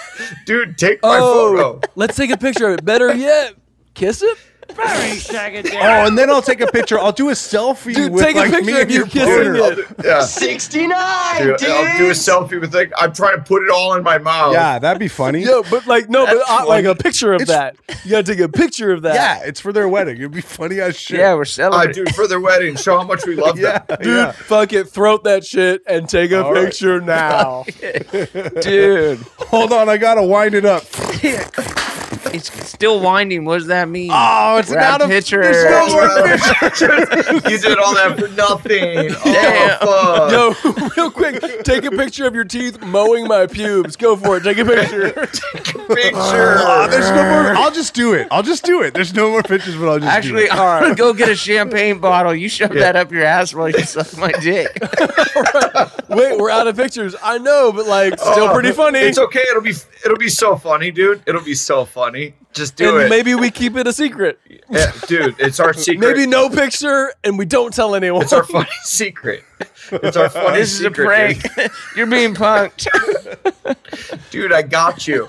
S5: Dude, take my
S4: Oh,
S5: photo.
S4: let's take a picture of it. Better yet, kiss it.
S13: Barry Sagadera.
S7: Oh, and then I'll take a picture. I'll do a selfie
S4: Dude,
S7: with
S4: take a
S7: like
S4: picture
S7: me
S4: of
S7: and
S4: you
S7: your
S4: kissing
S7: boner.
S4: it.
S5: Yeah.
S13: 69,
S5: Dude,
S13: dude.
S5: I'll do a selfie with like I'm trying to put it all in my mouth.
S7: Yeah, that'd be funny.
S4: Yeah, but like no, but
S5: That's
S4: I, like
S5: funny.
S4: a picture of that. You gotta take a picture of that.
S7: Yeah, it's for their wedding. It'd be funny as shit.
S9: Yeah, we're
S5: I
S9: celebrating.
S5: do for their wedding. Show how much we love
S7: yeah,
S5: them.
S4: dude,
S7: yeah.
S4: fuck it, throat that shit and take a
S7: All right.
S4: picture now.
S9: Dude,
S7: Hold on, I gotta wind it up.
S9: it's still winding. What does that mean?
S7: Oh, it's
S9: Grab
S7: not a
S9: picture.
S7: There's no more
S5: you did all that for nothing. Oh,
S9: Damn.
S5: fuck.
S4: Yo, real quick, take a picture of your teeth mowing my pubes. Go for it. Take a picture.
S5: picture.
S7: Oh, there's no more. I'll just do it. I'll just do it. There's no more pictures, but I'll just do
S9: Actually,
S7: it.
S9: all right, go get a champagne bottle. You shove that up your ass while you suck my dick.
S4: Wait, we're out of pictures. I know, but like, still
S5: Oh,
S4: pretty funny.
S5: It's okay. It'll be it'll be so funny, dude. It'll be so funny. Just do
S4: and
S5: it,
S4: maybe we keep it a secret.
S5: Yeah, dude. It's our secret.
S4: Maybe no picture, and we don't tell anyone.
S5: it's our funny secret. It's our funny.
S9: This is a
S5: secret,
S9: prank.
S5: dude.
S9: You're being punked.
S5: dude. I got you.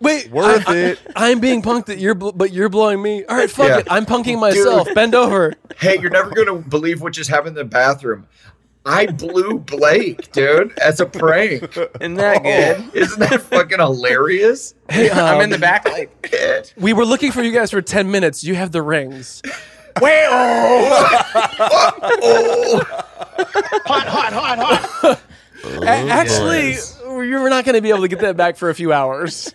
S4: Wait,
S7: Worth
S4: I,
S7: it.
S4: I, am being punked, that you're, bl- but you're blowing me. All right, fuck
S5: Yeah.
S4: it. I'm punking myself. Bend over.
S5: Hey, you're never gonna believe what just happened in the bathroom. I blew Blake, dude, as a prank.
S9: Isn't that good?
S5: Isn't that fucking hilarious?
S4: Hey,
S9: I'm
S4: um,
S9: in the back like
S4: We were looking for you guys for ten minutes. You have the rings.
S13: Hot, hot, hot, hot.
S9: Oh,
S4: A- actually, you're not going to be able to get that back for a few hours.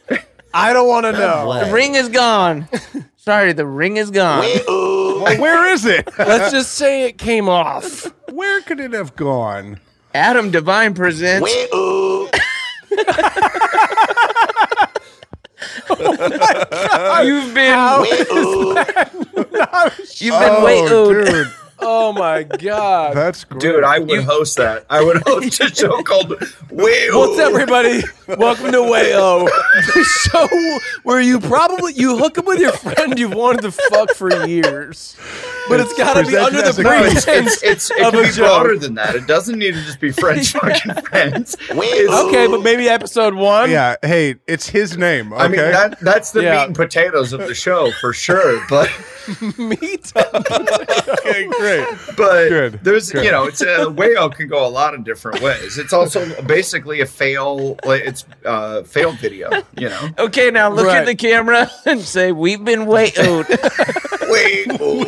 S4: I don't want to know.
S9: the ring is gone. Sorry, the ring is gone.
S7: Well, where is it?
S4: Let's just say it came off.
S7: Where could it have gone?
S9: Adam Divine presents. You've been You've been wait
S7: oh, dude,
S4: Oh my god!
S7: that's great.
S5: Dude, I would host that. I would host a show called Wheel.
S4: What's up, everybody? Welcome to Wayo, the show where you probably you hook up with your friend you've wanted to fuck for years, but it's got to be
S7: presented
S4: under
S7: as
S4: the
S7: a quiz.
S4: pretense.
S5: It's, it's, it
S4: Of
S5: can
S4: a
S5: be
S4: joke.
S5: broader than that. It doesn't need to just be French fucking friends. It's-
S4: Okay, but maybe episode one.
S7: Yeah, hey, it's his name. Okay.
S5: I mean that that's the
S4: Yeah.
S5: meat and potatoes of the show for sure. But
S4: meet up.
S7: okay, great.
S5: but
S7: Good,
S5: there's
S7: good.
S5: you know it's a Wayo can go a lot of different ways. It's also basically a fail. Like it's uh, fail video. You know.
S9: Okay, now look
S4: Right.
S9: at the camera and say, "We've been wait
S5: Wait,
S4: Wayo,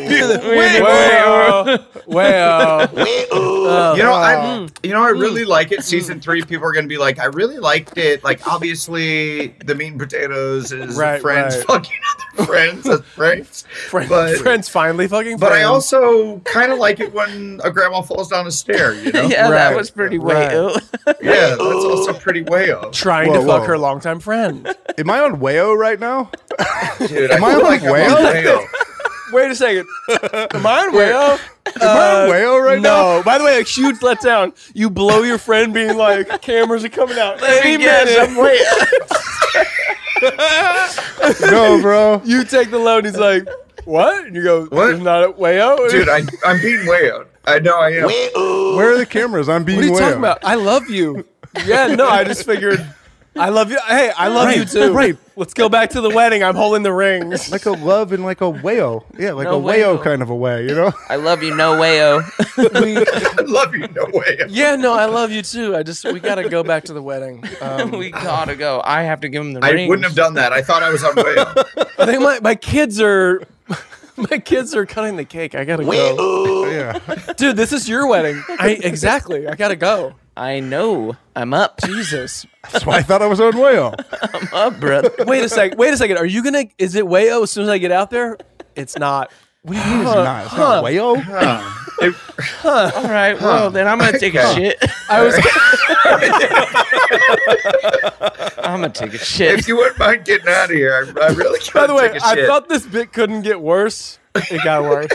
S4: Wayo.
S9: Oh,
S5: you know I you know I
S9: Mm.
S5: really like it. Season three, people are gonna be like, I really liked it. Like obviously the meat and potatoes is
S4: Right,
S5: friends
S4: right.
S5: fucking other friends as friends.
S4: Friends,
S5: But-
S4: friends finally fucking.
S5: But I
S4: friends.
S5: also kind of like it when a grandma falls down a stair. You know.
S9: yeah, that
S4: Right.
S9: was pretty
S4: Right.
S9: right.
S5: Yeah, that's also pretty way up.
S4: trying
S7: Whoa,
S4: to fuck
S7: whoa.
S4: her longtime friend.
S7: Am I on Wayo right now?
S5: Dude, I
S7: Am I
S5: feel
S7: on
S5: like I'm
S7: whale?
S5: on whale.
S4: Wait a second. Am I on Wayo?
S7: Am I
S4: Uh,
S7: on Wayo right now?
S4: No. By the way, a huge letdown. You blow your friend being like, cameras are coming out. any minute."
S9: I'm way up.
S7: No, bro.
S4: You take the load. He's like, what? And you go,
S5: What?
S4: There's not a Wayo.
S5: Dude, I, I'm being way out. I know I am.
S7: Where are the cameras? I'm being
S4: what are you
S7: Wayo.
S4: talking about? I love you. Yeah, no, I just figured. I love you. Hey, I love you too.
S7: right.
S4: Let's go back to the wedding. I'm holding the rings.
S7: Like a love and like a Wayo. Yeah, like
S9: No
S7: a Wayo,
S9: Wayo.
S7: kind of a way, you know?
S9: I love you, no wayo.
S5: I love you, no way.
S4: Yeah, no, I love you too. I just we gotta go back to the wedding. Um,
S9: we gotta go. I have to give him the
S5: I
S9: ring.
S5: wouldn't have done that. I thought I was on way out.
S4: I think my, my kids are my kids are cutting the cake. I gotta go,
S7: yeah.
S4: dude. This is your wedding. I exactly. I gotta go.
S9: I know. I'm up.
S4: Jesus.
S7: That's why I thought I was on Wayo.
S9: I'm up, brother.
S4: Wait a sec. Wait a second. Are you gonna? Is it Wayo? As soon as I get out there, it's not.
S7: What do you mean it's not? It's not Wayo?
S9: All right. Well, then I'm gonna take a shit.
S4: I was.
S9: I'm gonna take a
S5: If
S9: shit.
S5: you wouldn't mind getting out of here, I, I really can't
S4: By the way,
S5: take a
S4: I
S5: shit.
S4: thought this bit couldn't get worse. It got worse.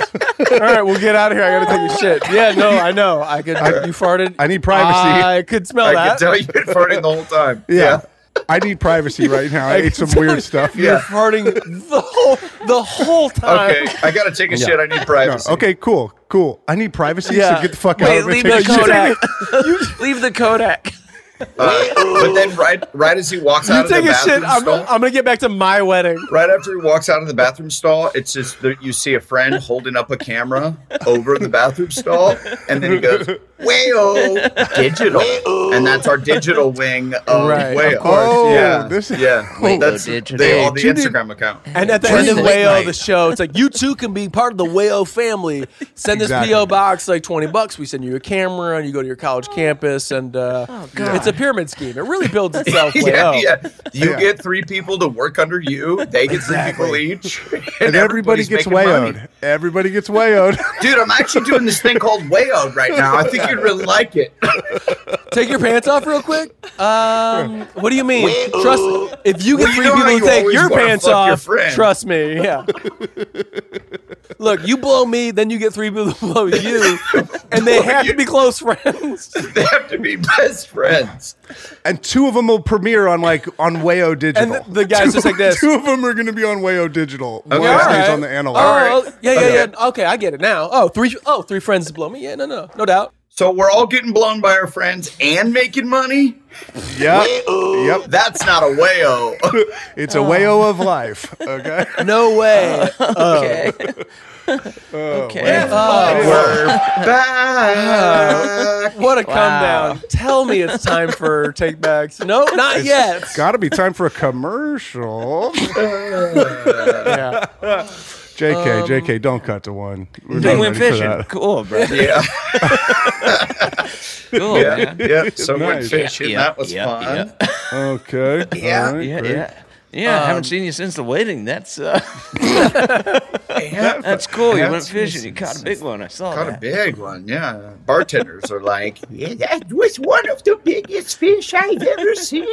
S4: All right, we'll get out of here. I gotta take a shit. Yeah, no, I know. I could. you farted.
S7: I need privacy.
S4: I could smell
S5: I
S4: that.
S5: could tell you've been farting the whole time.
S7: yeah. I need privacy right now. I,
S4: I
S7: ate
S4: can
S7: some
S4: tell you-
S7: weird stuff.
S4: You're
S5: Yeah.
S4: farting the whole the whole time.
S5: Okay, I gotta take a shit. I need privacy.
S7: Okay, cool, cool. I need privacy,
S4: Yeah.
S7: so get the fuck out
S9: Wait,
S7: of my
S9: leave the
S7: take a shit.
S9: Kodak. leave the Kodak.
S5: Uh, but then, right, right as he walks
S4: You
S5: out of
S4: take
S5: the
S4: a shit.
S5: bathroom
S4: I'm,
S5: stall,
S4: I'm gonna get back to my wedding.
S5: right after he walks out of the bathroom stall, it's just that you see a friend holding up a camera over the bathroom stall, and then he goes, "Wayo, digital," and that's our digital wing of
S4: Right,
S5: Wayo.
S4: of course,
S5: Oh,
S4: yeah.
S5: this is yeah. that's they all the
S4: You did-
S5: Instagram account.
S4: And at the
S5: Turn
S4: end of
S5: the
S4: Wayo,
S5: light.
S4: the show, it's like you too can be part of the Wayo family. Send this
S7: Exactly.
S4: PO box like twenty bucks. We send you a camera, and you go to your college
S5: Oh.
S4: campus, and uh, it's a pyramid scheme. It really builds itself. way
S5: yeah,
S4: up.
S5: yeah. You
S4: Yeah.
S5: get three people to work under you. They get three people each, and,
S7: And everybody
S5: everybody's
S7: gets
S5: making money.
S7: wayoed. Everybody gets wayoed.
S5: Dude, I'm actually doing this thing called Wayoed right now. I think you'd really like it.
S4: Take your pants off real quick. Um, what do you mean? Trust. If you get
S5: Well, you
S4: three
S5: know how
S4: people
S5: you
S4: to take
S5: always
S4: your
S5: wanna
S4: pants
S5: fuck your
S4: off,
S5: friend.
S4: trust me. Yeah. Look, you blow me, then you get three people to blow you, and they have to be close friends.
S5: They have to be best friends.
S7: And two of them will premiere on like on Wayo Digital.
S4: And the- the guy's
S7: two,
S4: just like this.
S7: Two of them are going to be on Wayo Digital.
S5: Okay.
S7: One
S5: All
S7: stays
S4: right.
S7: on the analog.
S4: Oh, oh, yeah, yeah, yeah. Okay, I get it now. Oh, three, oh, three friends to blow me. Yeah, no, no, no doubt.
S5: So we're all getting blown by our friends and making money.
S7: Yep. Yep.
S5: That's not a wayo.
S7: It's a
S5: Oh.
S7: Wayo of life. Okay.
S4: No way.
S9: Okay.
S5: Oh,
S9: okay.
S5: We're back.
S4: What a come down. Tell me it's time for take backs. No, not yet.
S7: Got to be time for a commercial.
S4: Yeah.
S7: JK, JK, don't cut to one. We're
S9: They
S7: not
S9: went
S7: ready for
S9: fishing.
S7: that.
S9: Cool, bro.
S5: Yeah,
S9: Cool,
S5: yeah,
S9: man.
S5: yeah. So we're
S7: Nice.
S5: fishing.
S9: Oh, Yeah,
S5: that was
S9: yeah,
S5: fun.
S7: Okay.
S5: Yeah.
S7: All right,
S9: Yeah,
S7: great.
S9: yeah. Yeah, I
S5: Um,
S9: haven't seen you since the wedding. That's uh, that's cool. You went
S5: That's-
S9: fishing. You caught a big one. I saw
S5: Caught
S9: that.
S5: a big one, yeah. Bartenders are like, yeah, that was one of the biggest fish I've ever seen.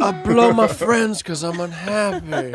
S4: I blow my friends because I'm unhappy.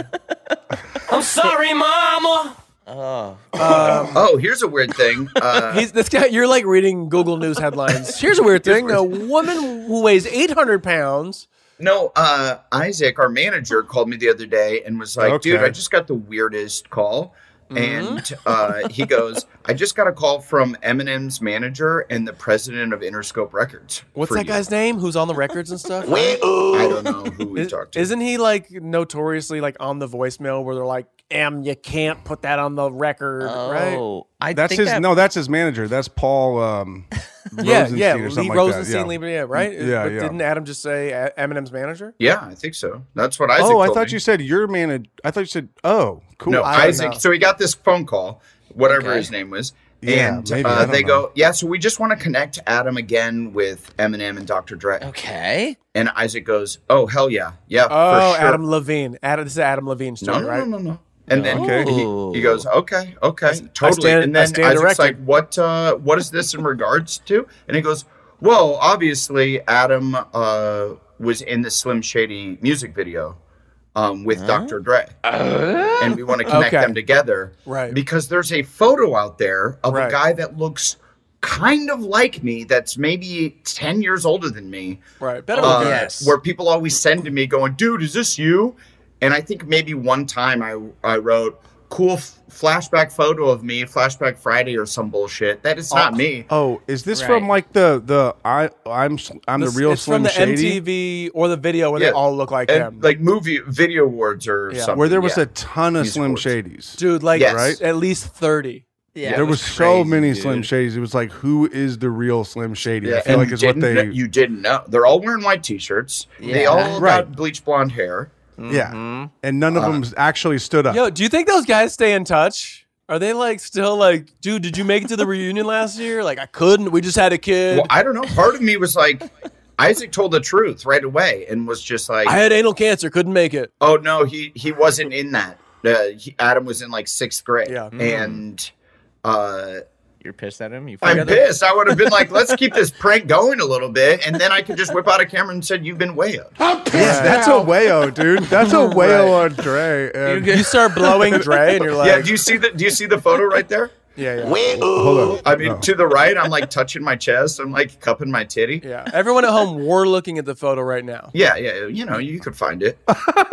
S13: I'm sorry, mama.
S5: oh, here's a weird thing. Uh,
S4: He's this guy. You're like reading Google News headlines. Here's a weird thing: a woman who weighs 800 pounds.
S5: No, uh, Isaac, our manager, called me the other day and was like,
S7: Okay.
S5: dude, I just got the weirdest call. And uh, he goes, I just got a call from Eminem's manager and the president of Interscope Records.
S4: What's
S5: for
S4: that
S5: you."
S4: guy's name? Who's on the records and stuff?
S5: I don't know who we
S4: Is,
S5: talked to.
S4: isn't he like notoriously like on the voicemail where they're like, "Em, you can't put that on the record," right?
S9: Oh, I
S7: That's
S9: think
S7: his.
S9: that-
S7: No, that's his manager. That's Paul. Um,
S4: Yeah,
S7: Rosenstein
S4: yeah.
S7: or something
S4: Lee
S7: like that,
S4: Rosenstein,
S7: yeah.
S4: Lee- yeah, right.
S7: Yeah,
S4: But
S7: yeah.
S4: Didn't Adam just say uh, Eminem's manager?
S5: yeah, I think so. That's what Isaac
S7: oh, I
S5: told
S7: thought
S5: me.
S7: you said your manager. I thought you said. Oh, cool.
S5: No,
S4: I don't
S5: Isaac.
S4: know.
S5: So he got this phone call, whatever
S9: Okay.
S5: his name was.
S7: Yeah,
S5: and
S7: maybe, I
S5: uh,
S7: don't
S5: they
S7: know.
S5: go, yeah, so we just want to connect Adam again with Eminem and Dr. Dre.
S9: Oh. okay.
S5: And Isaac goes, oh, hell yeah. Yeah,
S4: Oh,
S5: for sure.
S4: Adam Levine. Adam, this is Adam Levine
S5: No,
S4: story,
S5: no,
S4: right?
S5: no, no, no. And then
S9: Okay.
S5: he, he goes, okay, okay, totally.
S4: stand-
S5: and
S4: I
S5: then
S4: stand
S5: Isaac's
S4: erected.
S5: like, what, uh, what is this in regards to? And he goes, well, obviously Adam uh, was in the Slim Shady music video um, with Dr. Dre, and we want to connect
S4: Okay.
S5: them together,
S4: Right.
S5: Because there's a photo out there of
S4: Right.
S5: a guy that looks kind of like me, that's maybe ten years older than me,
S4: Right. Better
S5: uh,
S4: looking.
S9: Oh, yes.
S5: where people always send to me going, "Dude, is this you?" And I think maybe one time I I wrote cool f- flashback photo of me, flashback Friday or some bullshit. That is not me.
S7: Oh, is this
S9: Right.
S7: from like the the I I'm sl- I'm
S4: This-
S7: the real
S4: it's
S7: Slim
S4: from the
S7: Shady?
S4: MTV or the video where
S5: Yeah.
S4: they all look like
S5: And,
S4: him.
S5: like movie video awards or
S4: Yeah.
S5: something.
S7: Where there was
S5: yeah.
S7: a ton of
S5: Music
S7: Slim
S5: awards.
S7: Shadys.
S4: Dude, like
S5: Yes.
S4: right? at least 30.
S9: Yeah.
S7: there
S9: it
S7: was, so
S9: crazy,
S7: many
S9: dude.
S7: Slim Shadys. It was like, who is the real Slim Shady?
S5: yeah,
S7: I feel
S5: and
S7: like
S5: you
S7: is what
S5: didn't
S7: they.
S5: kn- you didn't know. They're all wearing white t-shirts. They
S9: Yeah.
S5: all
S7: Right.
S5: got bleach blonde hair. Mm-hmm.
S7: Yeah, and none of
S5: Uh,
S7: them actually stood up.
S4: Yo, do you think those guys stay in touch? Are they like still like, dude, did you make it to the reunion last year? Like, I couldn't. We just had a kid.
S5: Well, I don't know. Part of me was like, Isaac told the truth right away and was just like,
S4: I had anal cancer, couldn't make it.
S5: Oh no, he he wasn't in that. Uh, he, Adam was in like sixth grade,
S4: Yeah.
S5: and uh,
S9: You're pissed at him. You
S5: I'm
S9: forgot-
S5: pissed. I would have been like, "Let's keep this prank going a little bit," and then I could just whip out a camera and said, "You've been way up."
S7: Yeah, that's a wayo, dude. That's a wayo on Dre. And
S4: You start blowing Dre, and you're like,
S5: yeah, do you see the do you see the photo right there?
S4: yeah, yeah.
S7: hold on.
S5: I mean,
S7: No.
S5: to the right, I'm like touching my chest. I'm like cupping my titty. Yeah,
S4: yeah. Everyone at home, we're looking at the photo right now.
S5: yeah, you know, you could find it.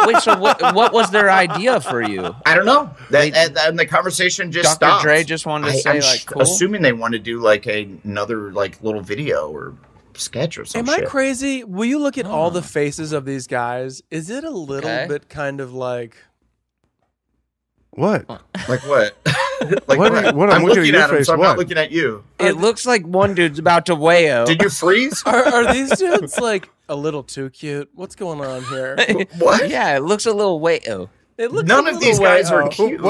S9: Wait, so what, what was their idea for you?
S5: I don't know. That, and, and the conversation just
S9: Dr.
S5: stopped.
S9: Dre just wanted to say,
S5: I'm
S9: like,
S5: sh-
S9: cool.
S5: assuming they want to do like a, another like little video or sketch or
S4: Am
S5: something.
S4: I crazy? Will you look at all the faces of these guys? Is it a little
S5: Okay.
S4: bit kind of like
S7: What?
S5: Like what? like
S7: What are you- what, I'm
S5: I'm
S7: looking at
S5: looking
S7: your
S5: at, him,
S7: face,
S5: so I'm
S7: what? Oh.
S5: not looking at you.
S9: It looks like one dude's about to wayo.
S5: Did you freeze?
S4: are, are these dudes like a little too cute? What's going on here?
S5: what?
S9: Yeah, it looks a little wayo.
S4: It looks
S5: None
S4: a
S5: of these
S4: little
S5: guys are
S4: wayo.
S5: cute. Or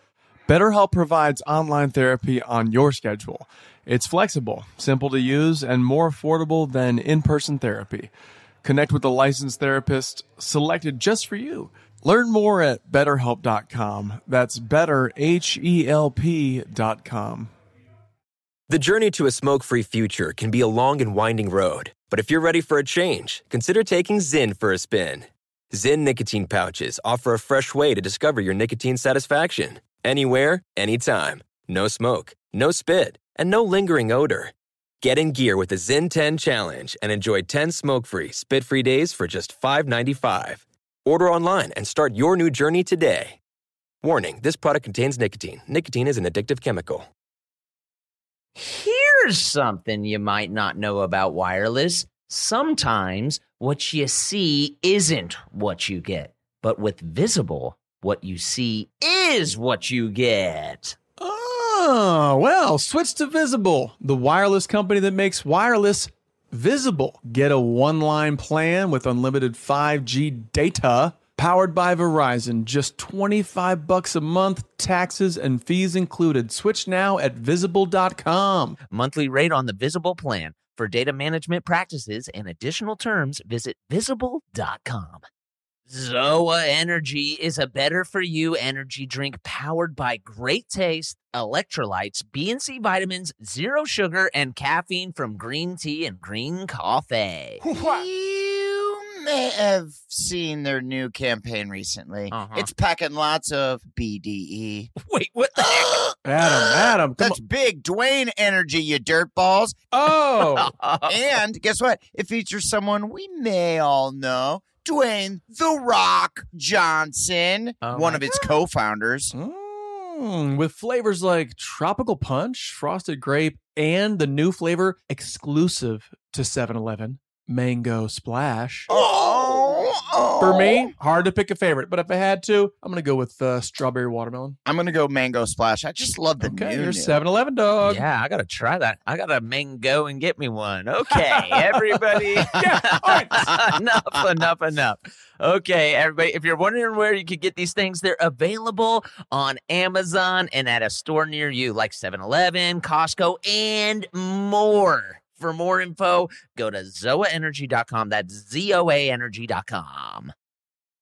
S4: BetterHelp provides online therapy on your schedule. It's flexible, simple to use, and more affordable than in person therapy. Connect with a licensed therapist selected just for you. Learn more at betterhelp.com. That's better, H E L P.com.
S2: The journey to a smoke free future can be a long and winding road, but if you're ready for a change, consider taking Zyn for a spin. Zyn nicotine pouches offer a fresh way to discover your nicotine satisfaction anywhere, anytime. No smoke, no spit, and no lingering odor. Get in gear with the Zyn 10 challenge and enjoy 10 smoke free, spit free days for just $5.95. Order online and start your new journey today. Warning this product contains nicotine. Nicotine is an addictive chemical.
S1: Here's something you might not know about wireless. Sometimes what you see isn't what you get, but with visible, what you see is what you get.
S4: Oh, well, switch to Visible, the wireless company that makes wireless visible. Get a one line plan with unlimited 5G data powered by Verizon. Just 25 bucks a month, taxes and fees included. Switch now at visible.com.
S1: Monthly rate on the Visible plan. For data management practices and additional terms, visit visible.com. Zoa Energy is a better for you energy drink powered by great taste, electrolytes, B and C vitamins, zero sugar, and caffeine from green tea and green coffee.
S3: You may have seen their new campaign recently.
S1: Uh-huh.
S3: It's packing lots of BDE.
S1: Wait, what the heck?
S4: Adam, Adam,
S3: That's big Dwayne energy, you dirtballs.
S4: Oh.
S3: and guess what? It features someone we may all know. Dwayne The Rock Johnson,
S4: Oh
S3: one
S4: my
S3: of its co founders.
S4: Mm, with flavors like tropical punch, frosted grape, and the new flavor exclusive to 7 Eleven, mango splash.
S3: Oh,
S4: For me, hard to pick a favorite, but if I had to, I'm going to go with uh, strawberry watermelon.
S3: I'm going to go Mango Splash. I just love the
S4: Okay,
S3: new.
S4: you're
S3: new.
S4: 7 Eleven dog.
S1: Yeah, I gotta try that. I gotta mango and get me one. Okay, everybody. enough, enough, enough. Okay, everybody. If you're wondering where you could get these things, they're available on Amazon and at a store near you, like 7-Eleven, Costco, and more. For more info, go to zoaenergy.com. That's Z O A energy.com.